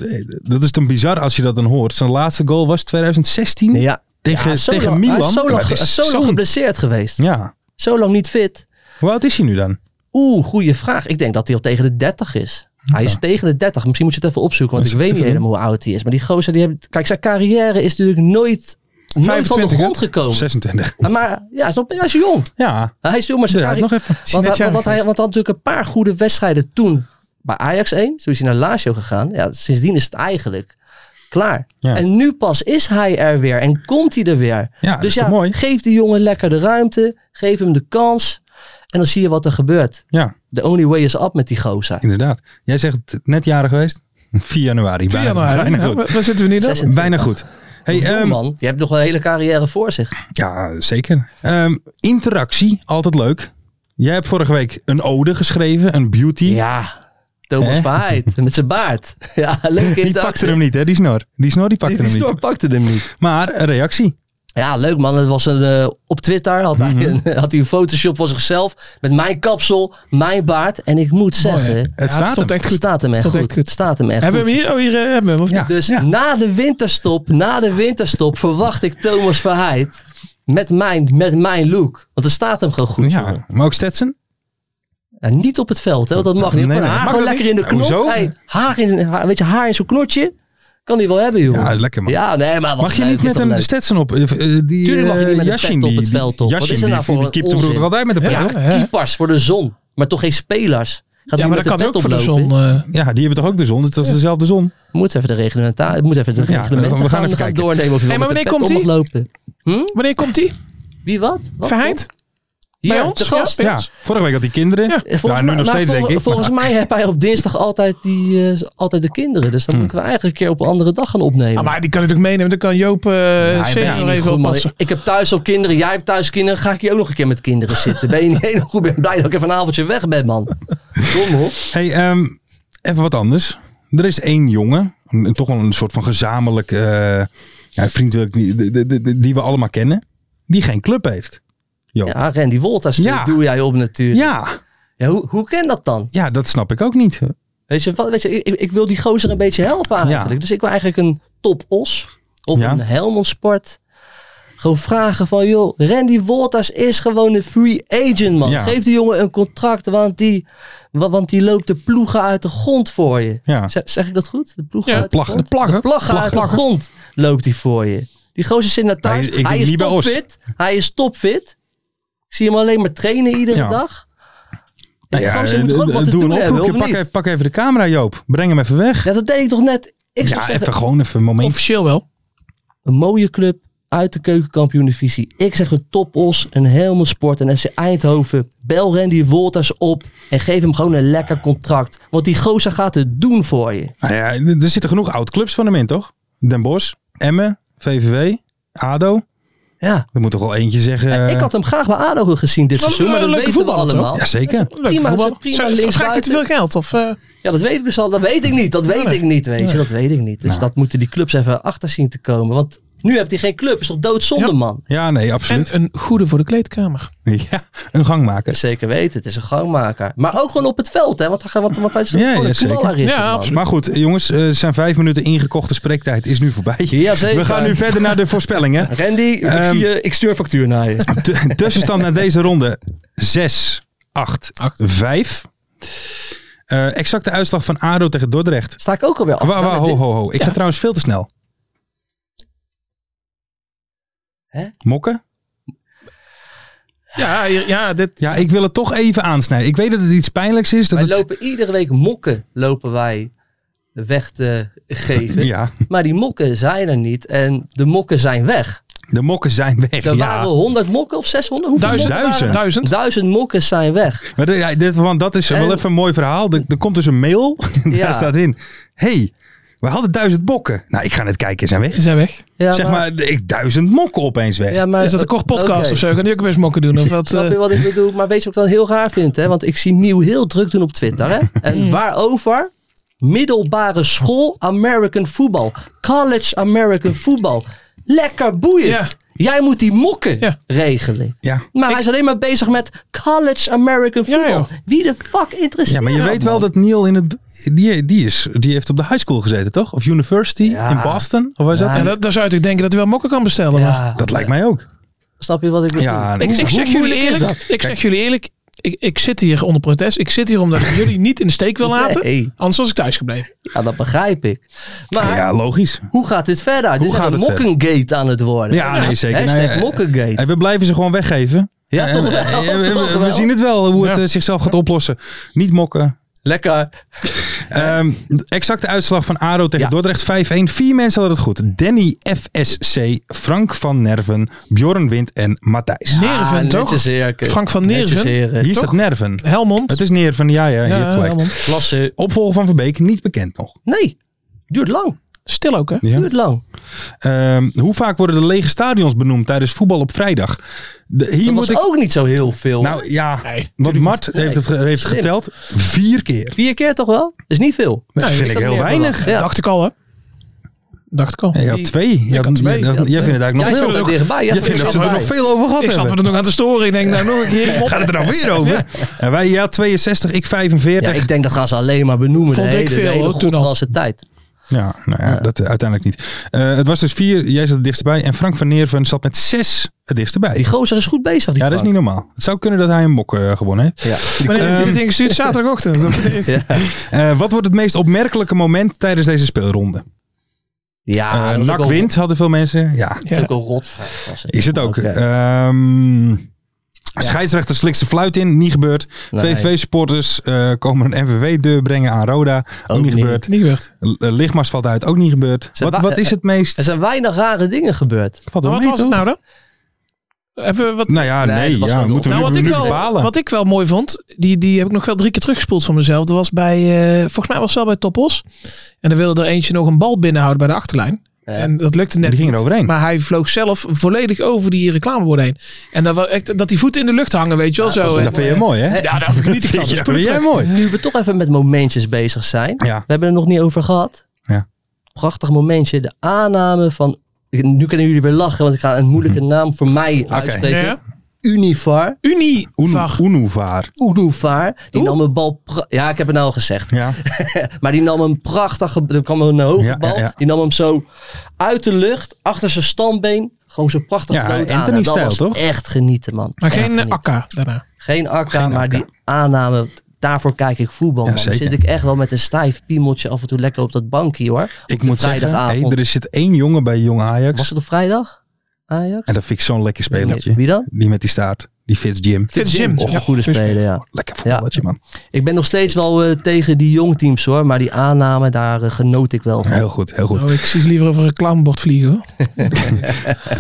Dat is dan bizar als je dat dan hoort. Zijn laatste goal was 2016.
Ja.
Tegen,
Ja, zo
tegen
lang-
Milan.
Hij is zo
Ja,
lang,
maar
hij
het
is
is
zo lang
zo'n-
geblesseerd geweest.
Ja.
Zo lang niet fit.
Hoe oud is hij nu dan?
Oeh, goede vraag. Ik denk dat hij al tegen de 30 is. Hij is tegen de 30. Misschien moet je het even opzoeken, want
Is
ik
het
weet
te
niet
veel?
helemaal hoe oud hij is. Maar die gozer, die heeft, kijk, zijn carrière is natuurlijk nooit, nooit van de
25,
grond
hè?
gekomen.
26.
Maar ja, hij is, nog, hij is jong.
Ja,
Hij is jong, maar zijn
ja
carri-
nog even.
want, hij,
jarig
want, hij, want hij had natuurlijk een paar goede wedstrijden toen bij Ajax 1. Toen is hij naar Lazio gegaan. Ja, sindsdien is het eigenlijk klaar.
Ja.
En nu pas is hij er weer en komt hij er weer.
Ja, dat
dus
is
ja,
toch mooi.
geef die jongen lekker de ruimte. Geef hem de kans. En dan zie je wat er gebeurt.
Ja,
The only way is up met die gozer.
inderdaad. Jij zegt net jaren geweest? [laughs] 4 januari.
4
bijna,
januari.
bijna
Ja,
goed.
waar- waar zitten we nu dan?
26.
Bijna goed. Hey,
Jong
ehm,
man, je hebt nog een hele carrière voor zich.
Ja, zeker. Ehm, interactie, altijd leuk. Jij hebt vorige week een ode geschreven, een beauty.
Ja, Thomas
Hè?
Verheid met zijn baard. [laughs] Ja, leuk
die pakte hem niet, hè, die snor. Die snor die pakte
[laughs] Die, die
hem niet.
snor pakte hem niet.
Maar een reactie.
Ja, leuk man. Het was een, eh, op Twitter had, hij
Mhm.
een, [laughs] had hij een Photoshop van zichzelf. Met mijn kapsel, mijn baard. En ik moet zeggen,
Het
Ja,
staat
stond
hem.
echt goed.
staat hem echt
Stond
goed.
echt goed.
Staat hem echt
Hebben
goed.
we hem hier? Oh, hier eh, hebben we hem. Of
Ja,
niet?
Dus
ja.
na de winterstop, na de winterstop verwacht ik Thomas Verheid met mijn, met mijn look. Want het staat hem gewoon goed. jongen.
Ja, maar ook Stetson.
En niet op het veld, hè, want dat mag niet.
Nee,
Gewoon
nee.
haar
Mag
gewoon
dat
lekker in de
niet?
knot.
Hoezo?
Hey, haar in, haar, weet je, haar in zo'n knotje. Kan die wel hebben, joh.
Ja, lekker, man.
Ja, nee, maar wat
Mag je
leuk,
niet
is
met
toch
een
leuk?
Stetson op? eh, eh, die,
Tuurlijk mag je niet met een
eh,
pet
Yashin,
op
die-
het veld op. Wat
Yashin,
is er nou
die-
voor
Die
een
keepte vroeger
onzin?
altijd met een pet,
Ja.
hoor.
hè?
Keepers voor de zon, maar toch geen spelers. Gaat
Ja,
hij
maar
met
dat kan
de pet
ook voor de
oplopen?
zon. eh,
Ja, die hebben toch ook de zon? Het was dezelfde zon.
Moet even de reglementatie, moet even de
Ja,
reglementen
we gaan
gaan,
even
gaan
kijken.
doornemen of je
Hey,
wel
maar
met de pet
wanneer
op mag
komt
lopen.
Wanneer komt die?
Wie wat? wat
Verheid?
Hier,
Bij ons?
de gast.
Ja.
Ja, vorige week had die kinderen. Ja,
Eh, volgens
nu
mij-
nog
maar
steeds
vol-
denk ik.
Volgens
maar-
mij heb hij op dinsdag altijd, die, eh, altijd de kinderen. Dus
Hm.
dan moeten we eigenlijk een keer op een andere dag gaan opnemen.
Ah, maar die kan het ook meenemen. Dan kan Joop eh senior
Ja,
even
goed, man.
oppassen.
Ik heb thuis al kinderen, jij hebt thuis kinderen. Ga ik hier ook nog een keer met kinderen zitten? Ben je niet [laughs] helemaal goed? Ik ben blij dat ik even een avondje weg ben, man. Kom hoor.
Hey, ehm, even wat anders. Er is één jongen, een- toch wel een soort van gezamenlijk eh, ja, vriend wil ik niet- die, die- die- die we allemaal kennen, die geen club heeft. Joop. Ja.
Ja, Randy Wolters,
Ja.
doe jij op natuurlijk.
Ja,
Ja, hoe, hoe kan dat dan?
dat snap ik ook niet.
Weet je, wat, weet je ik, ik wil die gozer een beetje helpen eigenlijk.
Ja.
Dus ik wil eigenlijk een top os of
Ja.
een Helmond Sport. Gewoon vragen van, joh, Randy Wolters is gewoon een free agent, man.
Ja.
Geef die jongen een contract, want die, wa- want die loopt de ploegen uit de grond voor je.
Ja.
Zeg, zeg ik dat goed? De ploegen
Ja,
uit de
plag-
grond?
de plaggen.
plaggen uit de grond loopt hij voor je. Die gozer zit naar thuis.
Nee, ik denk
hij, is
niet bij ons.
topfit. hij is topfit. Ik zie hem alleen maar trainen iedere
Ja.
dag.
Nou
Die
ja,
gozer moet toch ook
eh,
wat te
doe
doen
een
hebben,
oproepje.
of
Pak
niet?
even, pak even de camera, Joop. Breng hem even weg.
Ja, dat deed ik nog net. Ik zou
Ja,
zeggen,
even gewoon even een moment.
Officieel wel.
een mooie club uit de keukenkampioen-divisie. Ik zeg een topos, een Helmond Sport en FC Eindhoven. Bel Randy Wolters op en geef hem gewoon een lekker contract. Want die gozer gaat het doen voor je.
Nou ja, er er zitten genoeg oud-clubs van hem in, toch? Den Bosch, Emmen, VVV, ADO.
Ja.
Er moet toch wel eentje zeggen...
ik had hem graag bij ADO gezien dit
Wel-
seizoen, maar
wel
dat
een leuke
weten we
voetballer, toch?
allemaal.
Jazeker.
Leuk
Prima,
voetbal.
prima
Zou-
linksbuiten.
Vraagt hij te veel geld? Of, eh,
Ja, dat weet ik dus al. Dat weet ik niet. Dat weet
Nee.
ik niet, weet je.
Nee.
Dat weet ik niet. Dus
Nou.
dat moeten die clubs even achter zien te komen. Want nu hebt hij geen club. Is toch doodzonde,
Ja.
man?
Ja, nee, absoluut.
en een goede voor de kleedkamer.
[laughs] Ja, een gangmaker.
Zeker weten. Het is een gangmaker. Maar ook gewoon op het veld, hè. Want hij, want, want hij is
Ja,
gewoon
ja,
een
zeker.
knaller. Is
Ja,
het, man.
absoluut.
Maar goed, jongens, eh, zijn vijf minuten ingekochte spreektijd is nu voorbij.
Ja, zeker.
We gaan nu verder naar de
[laughs]
voorspellingen.
Randy, ik,
Ehm,
zie je, ik stuur factuur naar je.
T- Tussenstand naar deze ronde 6, 8,
Acht.
5. Eh, exacte uitslag van ADO tegen Dordrecht.
Sta ik ook alweer af.
Wa- wa- ho, ho, ho. Ik
Nou, Ja.
ga trouwens veel te snel.
Hè?
Mokken?
Ja, hier- ja dit,
Ja, ik wil het toch even aansnijden. Ik weet dat het iets pijnlijks is. Dat
Wij
het,
lopen iedere week mokken lopen wij weg te
[laughs]
geven.
Ja,
Maar die mokken zijn er niet. En de mokken zijn weg.
de mokken zijn weg.
Er
ja.
waren 100 mokken of 600? Hoeveel
duizend,
mokken waren
duizend.
er?
duizend.
Duizend mokken zijn weg.
Maar dit- ja, dit, want dat is
En-
wel even een mooi verhaal. Er, er komt dus een mail. [laughs] Daar
Ja.
staat in. hey, we hadden duizend bokken. Nou, ik ga net kijken. Zijn weg.
Die zijn weg.
Ja,
zeg maar, ik, duizend mokken opeens weg.
ja, maar
Is dat een kort podcast
oké.
of zo? Kan die ook best mokken doen? Of wat,
Snap
eh,
je wat ik bedoel? Maar weet je wat ik dan heel raar vind? Hè? Want ik zie Nieuw heel druk doen op Twitter.
[laughs]
Hè?
Mm.
En waarover? Middelbare school American voetbal. College American voetbal. Lekker boeiend.
Ja.
Jij moet die mokken
Ja.
regelen.
Ja.
Maar hij is alleen maar bezig met college American
Ja,
voetbal. Wie de fuck interesseert
Ja, maar je
dat,
weet wel
man?
dat Neil in het... Die, die, is, die heeft op de high school gezeten, toch? Of university in Boston? Of waar is
ja,
dat?
dat, daar zou ik denken dat hij wel mokken kan bestellen. maar-
Ah. Ja.
Dat lijkt mij ook.
Snap je wat ik bedoel?
Ja, nee.
Ik, ik
Hoe
zeg jullie
moeilijk is
eerlijk,
dat?
ik zeg jullie eerlijk, ik, ik zit hier onder protest. Ik zit hier omdat ik jullie niet in de steek wil laten.
Nee.
Anders was ik thuis gebleven.
Ja, dat begrijp ik. Maar
Ja, logisch.
hoe gaat dit verder? dit is
gaat
een
het verder?
mockengate aan het worden.
Ja, nee, zeker.
Hashtag
Nee, eh,
mockengate.
Hey, we blijven ze gewoon weggeven.
Ja, toch wel,
Eh, eh, we-
toch
we,
wel.
zien het wel hoe het
Ja.
eh, zichzelf gaat oplossen. Niet mokken.
Lekker.
Ehm, de exacte uitslag van ADO tegen
Ja.
Dordrecht 5-1. Vier mensen hadden het goed. Danny FSC, Frank van Nerven, Bjorn Wind en Matthijs.
Nerven,
ah,
toch?
netjes, Erke.
Frank van
Netjes,
Nerven.
heren.
Hier
toch?
staat Nerven.
Helmond.
Het is Nerven, ja, ja, je hebt gelijk.
Helmond.
Klasse.
Opvolger van Verbeek, niet bekend nog.
Nee, duurt lang.
Stil ook, hè?
Ja.
Duurt lang.
Ehm, hoe vaak worden de lege stadions benoemd tijdens voetbal op vrijdag? De- hier
Dat
moet
was
ik.
ook niet zo heel veel.
Nou ja,
Nee,
want
natuurlijk
Mart
Nee,
heeft het ge- heeft
slim.
geteld vier keer.
Vier keer toch wel? Is niet veel.
Dat vind ik
had
heel
meer
weinig.
verwacht. Ja.
Dacht ik al, hè? Dacht ik al.
Ja, je had twee. Je had-
had twee.
je- Jij vindt het eigenlijk nog
Jij
veel.
zat er dichtbij.
Jij vindt dat we er nog veel over gehad
ik zat me
hebben.
er nog aan te storen. Ik denk, nou, nog een
[laughs]
keer.
[laughs] Gaat het er nou weer over? En wij, ja, 62, ik 45.
Ja, ik denk dat gaan ze alleen maar benoemen.
Vond
de
ik
hele, de
veel,
hele
hoor, toen al.
godverdasse tijd.
Ja, nou ja, dat eh, uiteindelijk niet. Eh, het was dus vier, jij zat het dichtst bij. En Frank van Neerven zat met zes het dichtst bij.
Die gozer is goed bezig. Die
Ja, dat is niet normaal. Het zou kunnen dat hij een mok eh, gewonnen heeft.
Ja.
Wanneer heb je
Ehm,
dit ding gestuurd? Zaterdagochtend.
Eh, wat wordt het meest opmerkelijke moment tijdens deze speelronde?
Ja,
Eh
Ah, dat is
Nak
ook al-
wint, hadden veel mensen. Ja,
Dat is ook een rotvraag. was
is het ook.
Oké.
Ehm, Scheidsrechter slikt zijn fluit in, niet gebeurd.
Nee.
VV-supporters eh, komen een MVV-deur brengen aan Roda, ook,
Ook
niet
niet.
gebeurd.
Niet gebeurd.
L- eh, Lichtmast valt uit, ook niet gebeurd.
Ze
Wat,
wa-
wat is het meest...
Er zijn weinig rare dingen gebeurd.
Wat,
Maar Wat was het nou dan? Hebben we wat...
Nou ja,
Nee,
nee,
dat was
ja,
gewoon
moeten we
Nou,
nu,
wat ik,
nu
wel,
bepalen.
wat ik wel mooi vond, die, die heb ik nog wel drie keer teruggespeeld van mezelf. Dat was bij, eh, volgens mij was het wel bij Topos. En er wilde er eentje nog een bal binnenhouden bij de achterlijn. En dat lukte net
Die ging er
niet.
overheen.
Maar hij vloog zelf volledig over die reclamebord heen. En dat, was echt, dat die voeten in de lucht hangen, weet je wel. zo,
Dus dat vind je mooi, hè?
Ja,
[laughs]
daar vergeniet ik van.
Ja,
Dat is
vind jij mooi.
bloedrijk.
Nu we toch even met momentjes bezig zijn.
Ja.
We hebben er nog niet over gehad.
Ja.
Prachtig momentje. De aanname van... Ik- Nu kunnen jullie weer lachen, want ik ga een moeilijke
Mhm.
naam voor mij uitspreken.
Ja.
Univar.
Unie.
Unu-
Vag.
Unuvar.
Unuvar. Die
Oeh.
nam een bal... pra- Ja, ik heb het nou al gezegd.
Ja.
Maar die nam een prachtige, er kwam een hoge
Ja,
bal.
ja, ja.
Die nam hem zo uit de lucht, achter zijn stambeen. Gewoon zo prachtig
Ja,
bloot aan.
Anthony
En dat
stijl,
was
toch?
echt genieten, man.
Maar
Echt
geen eh,
genieten.
akka daarna.
Geen akka,
Geen
maar
akka.
die aanname. Daarvoor kijk ik voetbal,
Ja,
man. Dan
zeker.
zit ik echt wel met een stijf piemeltje af en toe lekker op dat bankje, hoor. Op
Ik
de
moet zeggen,
vrijdagavond.
hey, er zit één jongen bij Jong Ajax.
Was het op vrijdag? Ajax?
En dat vind ik zo'n lekker spelertje.
Nee, Wie dan?
Die met die staart. Die Fitz Jim.
Fitz Jim.
Och,
Ja.
een goede speler, ja.
Lekker voetballertje, man.
Ik ben nog steeds wel eh, tegen die jongteams, hoor. Maar die aanname, daar eh, genoot ik wel van.
Heel goed, heel goed.
Oh, ik zie ze liever over een reclamebord vliegen hoor.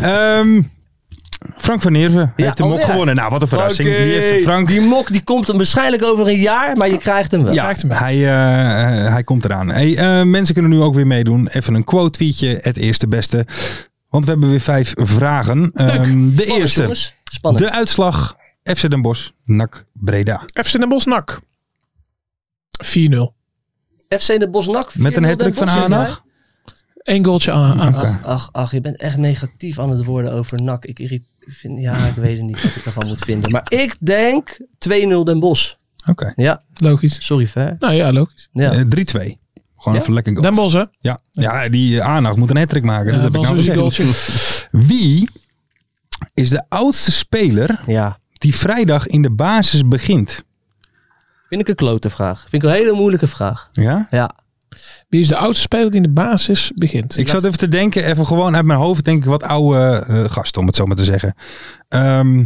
Ehm, Frank van Nerven heeft de mok
alweer.
gewonnen. Nou, wat een verrassing. Die heeft Frank...
oh Die mok die komt hem waarschijnlijk over een jaar, maar je krijgt hem wel.
Ja, hij, eh, eh, hij komt eraan. Hey, eh, mensen kunnen nu ook weer meedoen. Even een quote-tweetje. Het eerste beste. Want we hebben weer vijf vragen. Ehm, de
Spannend,
eerste.
jongens. Spannend.
De uitslag. FC Den Bosch, NAC Breda.
FC Den Bosch NAC. 4-0.
FC de Bosch NAC. 4-0
Met een
Den
hat-trick van
Bosch, zeg
Hanag.
Eén goaltje aan. aan.
jij? Ach, ach, ach, je bent echt negatief aan het worden over NAC. Ik, irrit- ik vind, ja, ik weet het niet wat ik ervan moet vinden. Maar ik denk 2-0 Den Bosch.
Oké.
Ja,
Logisch.
sorry ver.
Nou ja, logisch.
Ja.
Eh, 3-2. Gewoon
Ja?
even lekker goals.
Den Bosch hè?
Ja, ja die eh, aandacht moet een hat maken.
Ja,
dat heb ik
Bas
nou
is een
gezegd. Wie is de oudste speler
ja.
die vrijdag in de basis begint?
Vind ik een klote vraag. Vind ik een hele moeilijke vraag.
Ja?
Ja.
Wie is de oudste speler die in de basis begint?
Ik zat even te denken, even gewoon uit mijn hoofd denk ik wat oude eh gasten, om het zo maar te zeggen. Ehm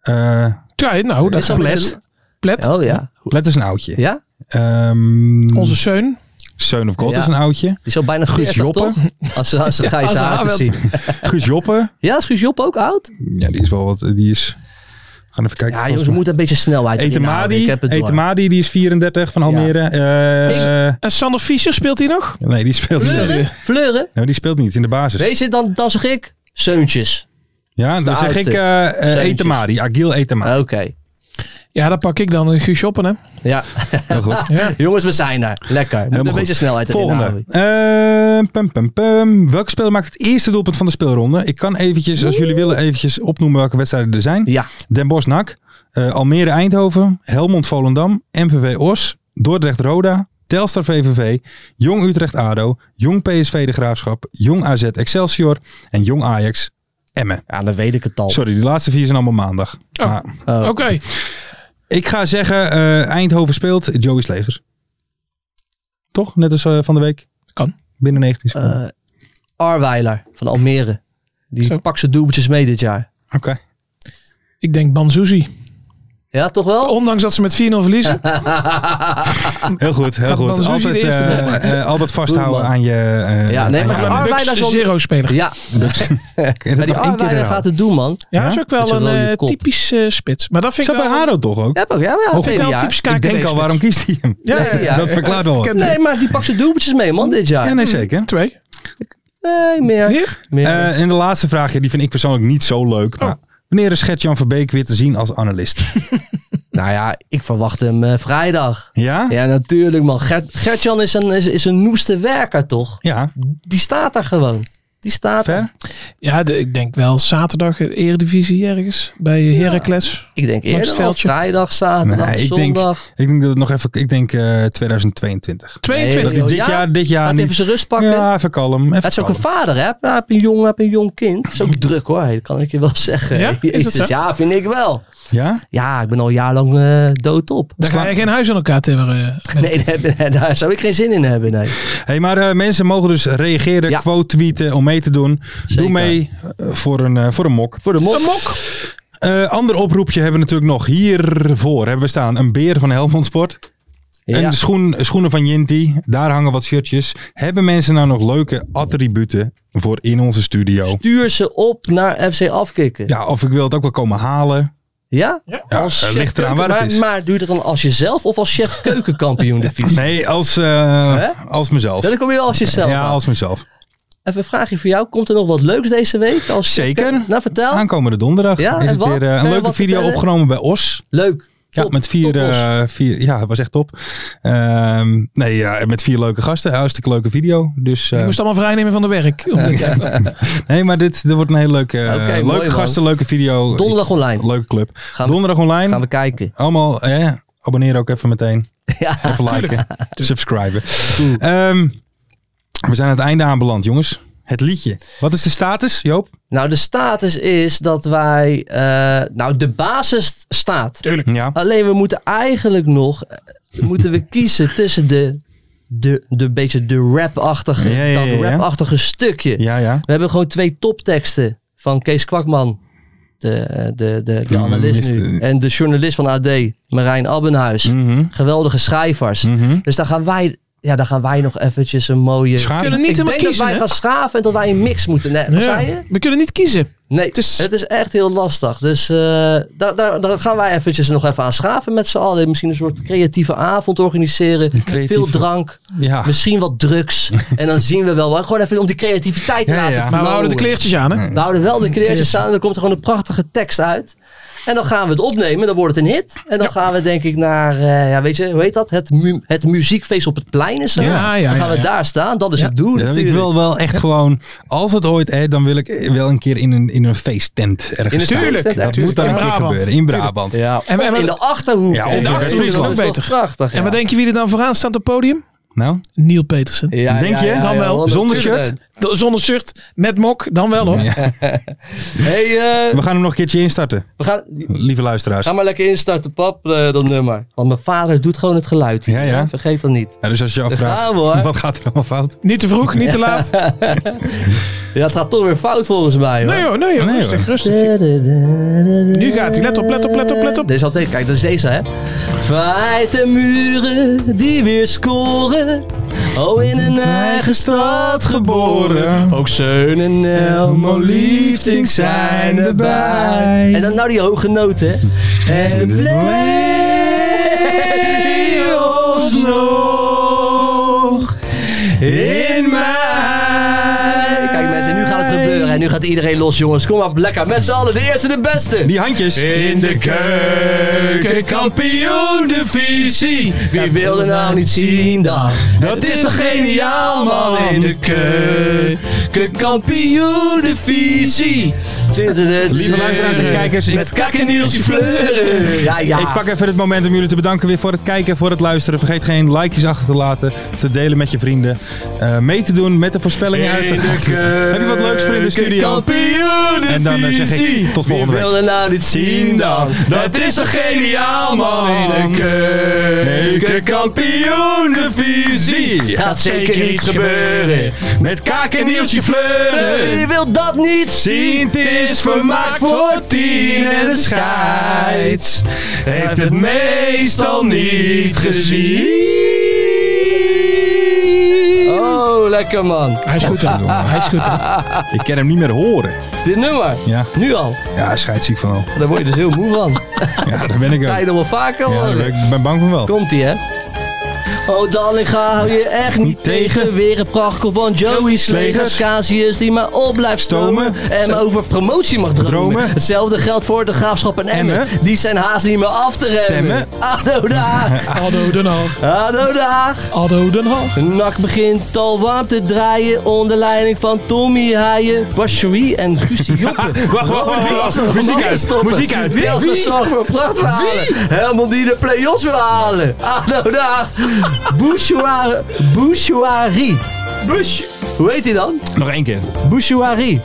eh,
Ja, nou, dat
Is dat
Plet.
met
Plet.
Oh ja.
Let is een oudje.
Ja?
Ehm
Onze Seun.
Seun of God
Ja.
is een oudje.
Die is al bijna
Guus
40,
Joppe.
toch? [laughs] Als, als we Gijs
als we
haar
haar
te
wel-
zien.
Guus Joppe.
Ja, is Guus Joppe ook oud?
Ja, die is wel wat, die is... We gaan even kijken.
Ja,
volgens
jongens, we
mij.
moeten een beetje snelheid erin houden. Ik
Etemadi,
heb het door.
Etemadi, die is 34 van Almere. Eh,
En Sander Fischer speelt hij nog?
nee, die speelt niet.
Nee.
Fleuren?
Nou, die speelt niet in de basis.
Weet je, dan, dan zeg ik Zeuntjes.
Ja, dan zeg
oudste.
ik eh eh,
Zeuntjes.
Etemadi, Agil Etemadi.
Oké.
Ja, dat pak ik dan. eh, Guus Joppen, hè?
Ja. [laughs]
Heel goed.
Jongens, we zijn er. Lekker. Moet een
Helemaal
beetje
goed.
snelheid erin
Volgende.
houden.
Eh, pum, pum, pum. Welke speler maakt het eerste doelpunt van de speelronde? Ik kan eventjes, als jullie willen, eventjes opnoemen welke wedstrijden er zijn.
Ja.
Den Bosch NAC, eh, Almere Eindhoven, Helmond Volendam, MVV Os, Dordrecht Roda, Telstar VVV, Jong Utrecht ADO, Jong PSV De Graafschap, Jong AZ Excelsior en Jong Ajax Emmen.
Ja, dan weet ik het al.
Sorry, die laatste vier zijn allemaal maandag.
Oh.
Maar
Oh.
Oké.
ik ga zeggen, eh, Eindhoven speelt Joey's Legers. Toch? Net als eh, van de week.
Kan.
Binnen 19 seconden.
Eh, Arweiler van Almere.
Zo.
Die pakt zijn doeltjes mee dit jaar.
Oké.
Ik denk Banzuzi.
Ja, toch
Oh.
wel?
Ondanks dat ze met 4-0 verliezen.
Heel goed, heel
Gaat
goed.
Mansuzi de
Altijd,
eerste
eh,
bal maken?
eh, altijd vasthouden
Goed, man.
aan je... eh,
Ja, nee,
aan
maar
je
die
aandacht.
Arweiler is wel-
zero
[laughs]
speler.
Ja,
Ken je
maar
dat
die
nog één keer eh,
Arweiler
herhalen?
gaat het doen, man.
Ja,
Ja?
is ook
Dat
wel
je wel
een
je
eh,
kop.
typisch eh, spits. Maar dat vind
Zat
ik
bij
wel...
Haro toch ook?
Ja, ook, ja, ja,
Vind ik
vele
wel
jaar.
typisch
ik denk al,
KKD-spits.
waarom kiest hij hem?
Ja,
Nee, ja.
Dat verklaart wel wat.
Ken-
Nee, maar die pakt zijn doeltjes mee, man, dit jaar.
Ja, mm. nee, zeker.
Twee.
Nee, meer.
Hier?
meer.
Eh, en de laatste vraag, ja, die vind ik persoonlijk niet zo leuk.
Oh.
Maar wanneer is Gert-Jan Verbeek weer te zien als analist?
nou ja, ik verwacht hem eh, vrijdag.
Ja?
Ja, natuurlijk, man. Gert- Gertjan is een, is, is een noeste werker, toch?
Ja,
Die staat daar gewoon. Die staat
ver.
er.
Ja, de- ik denk wel zaterdag eh, Eredivisie ergens. Bij eh, Heracles.
Ik denk
het
eerder al
veldje.
vrijdag, zaterdag,
Nee, ik denk-
zondag.
Ik denk dat het nog even, ik denk eh, 2022. Dat
22.
hij
joh,
dit
ja?
jaar, dit jaar
Gaat
niet...
even zijn rust pakken.
Ja, even kalm. Even
Hij is ook
kalm.
een vader, hè? Hij heeft een jong, hij heeft een jong kind. Dat is ook druk, hoor. Dat kan ik je wel zeggen.
Ja? Is dat
Jezus,
zo?
ja, vind ik wel.
Ja?
Ja, ik ben al jaarlang eh doodop.
Daar ga je geen huis aan elkaar timmeren. eh.
Nee, daar, daar zou ik geen zin in hebben, nee.
Hey, maar eh, mensen mogen dus reageren,
Ja.
quote tweeten om mee te doen. Doe
Zeker.
mee eh, voor, een, eh, voor een mok.
Voor de mok.
Eh, ander oproepje hebben we natuurlijk nog. Hiervoor hebben we staan een beer van Helmond Sport. En
Ja.
de schoen, schoenen van Jinti. Daar hangen wat shirtjes. Hebben mensen nou nog leuke attributen voor in onze studio?
Stuur ze op naar FC Afkikken.
Ja, of ik wil het ook wel komen halen.
Ja?
Ja,
chef
ligt eraan
keuken-
waar het
maar,
is.
Maar duurt het dan als jezelf of als chef keukenkampioen de
[laughs]
fiets?
Nee, als, eh,
Hè?
als mezelf.
Dat kom je wel als jezelf.
Ja,
aan.
als mezelf.
Even een vraagje voor jou. Komt er nog wat leuks deze week? Als chef
Zeker.
keuken- Nou, vertel.
Aankomende donderdag
Ja,
is
en
het
wat?
weer eh,
Kan
een
je
leuke
wat
video
vertellen?
opgenomen bij Os.
Leuk.
Ja,
Top.
met vier,
Top, Os.
eh, vier. Ja, het was echt top. Ehm, nee, ja, met vier leuke gasten. Hartstikke leuke video. Dus, eh,
Ik moest allemaal vrijnemen van de werk.
nee, maar dit, dit wordt een hele leuke, eh,
Oké, mooi,
leuke
man.
gasten, leuke video.
Donderdag online.
Leuke club.
Gaan we-
Donderdag online.
Gaan we kijken.
Allemaal, eh, abonneer ook even meteen.
[laughs] Ja.
Even
[laughs]
liken. subscriben. Ehm, we zijn aan het einde aanbeland, jongens. Het liedje. Wat is de status, Joop?
Nou, de status is dat wij... eh, nou, de basis staat.
Ja.
Alleen we moeten eigenlijk nog... eh, moeten
[laughs]
we kiezen tussen de... De, de beetje de rap-achtige,
Ja, ja, ja,
dat
ja.
rap-achtige stukje.
Ja, ja.
We hebben gewoon twee topteksten van Kees Kwakman, de, eh, de, de, de analist nu,
journalist,
en de journalist van AD, Marijn Abbenhuis.
Mhm.
Geweldige schrijvers.
Mhm.
Dus daar gaan wij, ja, daar gaan wij nog eventjes een mooie...
Schaaf-
kunnen niet
Ik
helemaal
denk dat
kiezen.
wij
hè?
gaan schaven en dat wij een mix moeten. Nee, wat
Ja.
zei je?
We kunnen niet kiezen.
Nee, het
is-
is, echt heel lastig. Dus eh, daar, daar, daar gaan wij eventjes nog even aan schaven met z'n allen. Misschien een soort creatieve avond organiseren. Met veel
creatieve-
drank,
Ja.
misschien wat drugs. en dan zien we wel. Gewoon even om die creativiteit te
Ja,
laten
ja. Maar
Maar we houden de
flowen.
kleertjes aan, hè?
We houden wel de kleertjes aan. Dan komt er gewoon een prachtige tekst uit. En dan gaan we het opnemen. Dan wordt het een hit. En dan gaan we denk ik naar, eh, ja, weet je, hoe heet dat? Het, mu- het muziekfeest op het plein is zo.
Ja, ja,
dan gaan
ja,
we
ja.
daar staan. Dat is
Ja.
het doel
Ja, ik
natuurlijk.
wil wel echt gewoon, als het ooit hè, dan wil ik wel een keer in een, in een feesttent ergens staan.
Tuurlijk,
Dat
natuurlijk.
moet dan
In
een keer
Brabant.
gebeuren, in Brabant.
Ja,
En-
of
en wat-
in de Achterhoek.
Ja, of
En
in
dat is
West-Friesland
wel
ook beter.
Prachtig,
En wat denk je wie er dan vooraan staat op het podium?
Nou,
Niel Petersen.
Ja,
Denk
ja,
je?
ja,
Dan
ja,
wel.
honderd
Zonder
procent.
shirt?
D- Zonder shirt, met mok, dan wel hoor.
Ja.
hey,
[laughs]
eh,
we gaan hem nog een keertje instarten,
we gaan,
lieve luisteraars.
ga maar lekker instarten, pap, eh, dat nummer. Want mijn vader doet gewoon het geluid. hier,
Ja, ja.
hè? Vergeet dat niet.
Ja, dus als je je
gaan we, hoor.
afvraagt, wat gaat er allemaal fout?
Niet te vroeg, niet te laat.
Ja, het gaat toch weer fout volgens mij. Hoor.
Nee hoor, nee hoor,
Nee,
rustig,
hoor.
rustig. Nu gaat hij, let op, let op, let op, let op.
Deze altijd, kijk, dat is deze, hè. Vijt de muren die weer scoren. Oh, in een eigen stad geboren. Ook Zeun en Elmo, liefding zijn erbij. En dan nou die hoge noten, hè. En blij ons nog in mij. Kijk mensen, nu gaat het gebeuren. En nu gaat iedereen los, jongens. Kom maar lekker. Met z'n allen, de eerste, de beste.
Die handjes.
In de keuken, kampioen divisie. Wie wil er nou niet zien dan? Dat is toch geniaal man in de keuken, kampioen divisie.
Lieve luisteraars en kijkers, ik-
met kak en Nielsje Fleuren. Ja, ja.
Ik pak even het moment om jullie te bedanken weer voor het kijken, voor het luisteren. Vergeet geen likejes achter te laten, te delen met je vrienden. eh, mee te doen met de voorspellingen uit de, [laughs] Heb je wat leuks voor in de studio? En dan eh, zeg ik tot volgende week.
wilde nou dit zien dan? Dat is toch geniaal man in de keukenkampioenenvisie. Gaat zeker iets gebeuren. Met kaak en Nielsje fleuren. Je wilt dat niet zien. Het is vermaakt voor tien en de scheids. Heeft het meestal niet gezien. Oh, lekker man.
Hij is goed aan doen.
Hij is goed. hè?
Ik kan hem niet meer horen.
Dit nummer.
Ja,
Nu al.
ja scheidsziek van al.
Daar word je dus heel moe van.
Ja, daar ben ik
Ga je
ook.
nog wel vaker
Ja,
horen.
ik ben bang van wel.
Komt ie, hè? Oh, Dallinga hou je echt niet tegen. Weer een prachtkel van Joey Slegers. Casius die maar op blijft stomen.
Stomen.
En over promotie mag dromen.
Dromen.
Hetzelfde geldt voor de graafschap en Emmen.
Emmen.
Die zijn haast niet meer af te remmen.
Temmen.
Ado Daag.
Ado Den Haag.
Ado Daag.
Ado Den Haag.
Nak begint al warm te draaien onder leiding van Tommy Haaien, Bashoui en Guusje Joppen.
Ah, wacht, wacht, wacht, wacht. Muziek uit, muziek uit. Wie?
Delta
Wie?
zorg voor prachtwalen. Helemaal die de play-offs wil halen. Ado Daag. Bouchoir- Bouchouari. Bush. Hoe heet hij dan?
Nog één keer.
Bouchouari.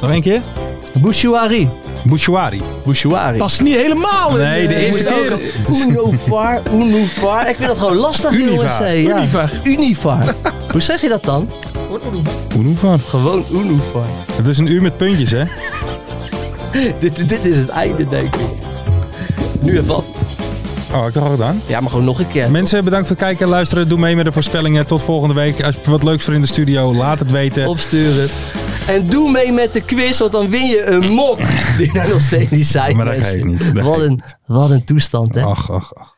Nog één keer.
Bouchouari.
Bouchouari.
Bouchouari.
Dat is niet helemaal. in
Nee,
Eh,
de eerste keer.
Unovar, Unovar. Ik vind dat gewoon lastig,
Univar,
jongens. Ja. Univar. Univar. Hoe zeg je dat dan?
Oenoevar.
Gewoon Unovar.
Het is een uur met puntjes, hè?
dit, dit is het einde, denk ik. Nu even af.
Oh, heb ik dat al gedaan?
Ja, maar gewoon nog een keer.
Mensen, bedankt voor het kijken en luisteren. Doe mee met de voorspellingen. Tot volgende week. Als je wat leuks voor in de studio, laat het weten.
[laughs] Opsturen. En doe mee met de quiz, want dan win je
[laughs]
een mok. [laughs] Die daar nog steeds niet zijn.
Maar dat
mensen.
geeft niet, dat
Wat
geeft
een, wat een toestand, hè?
Ach, ach, ach.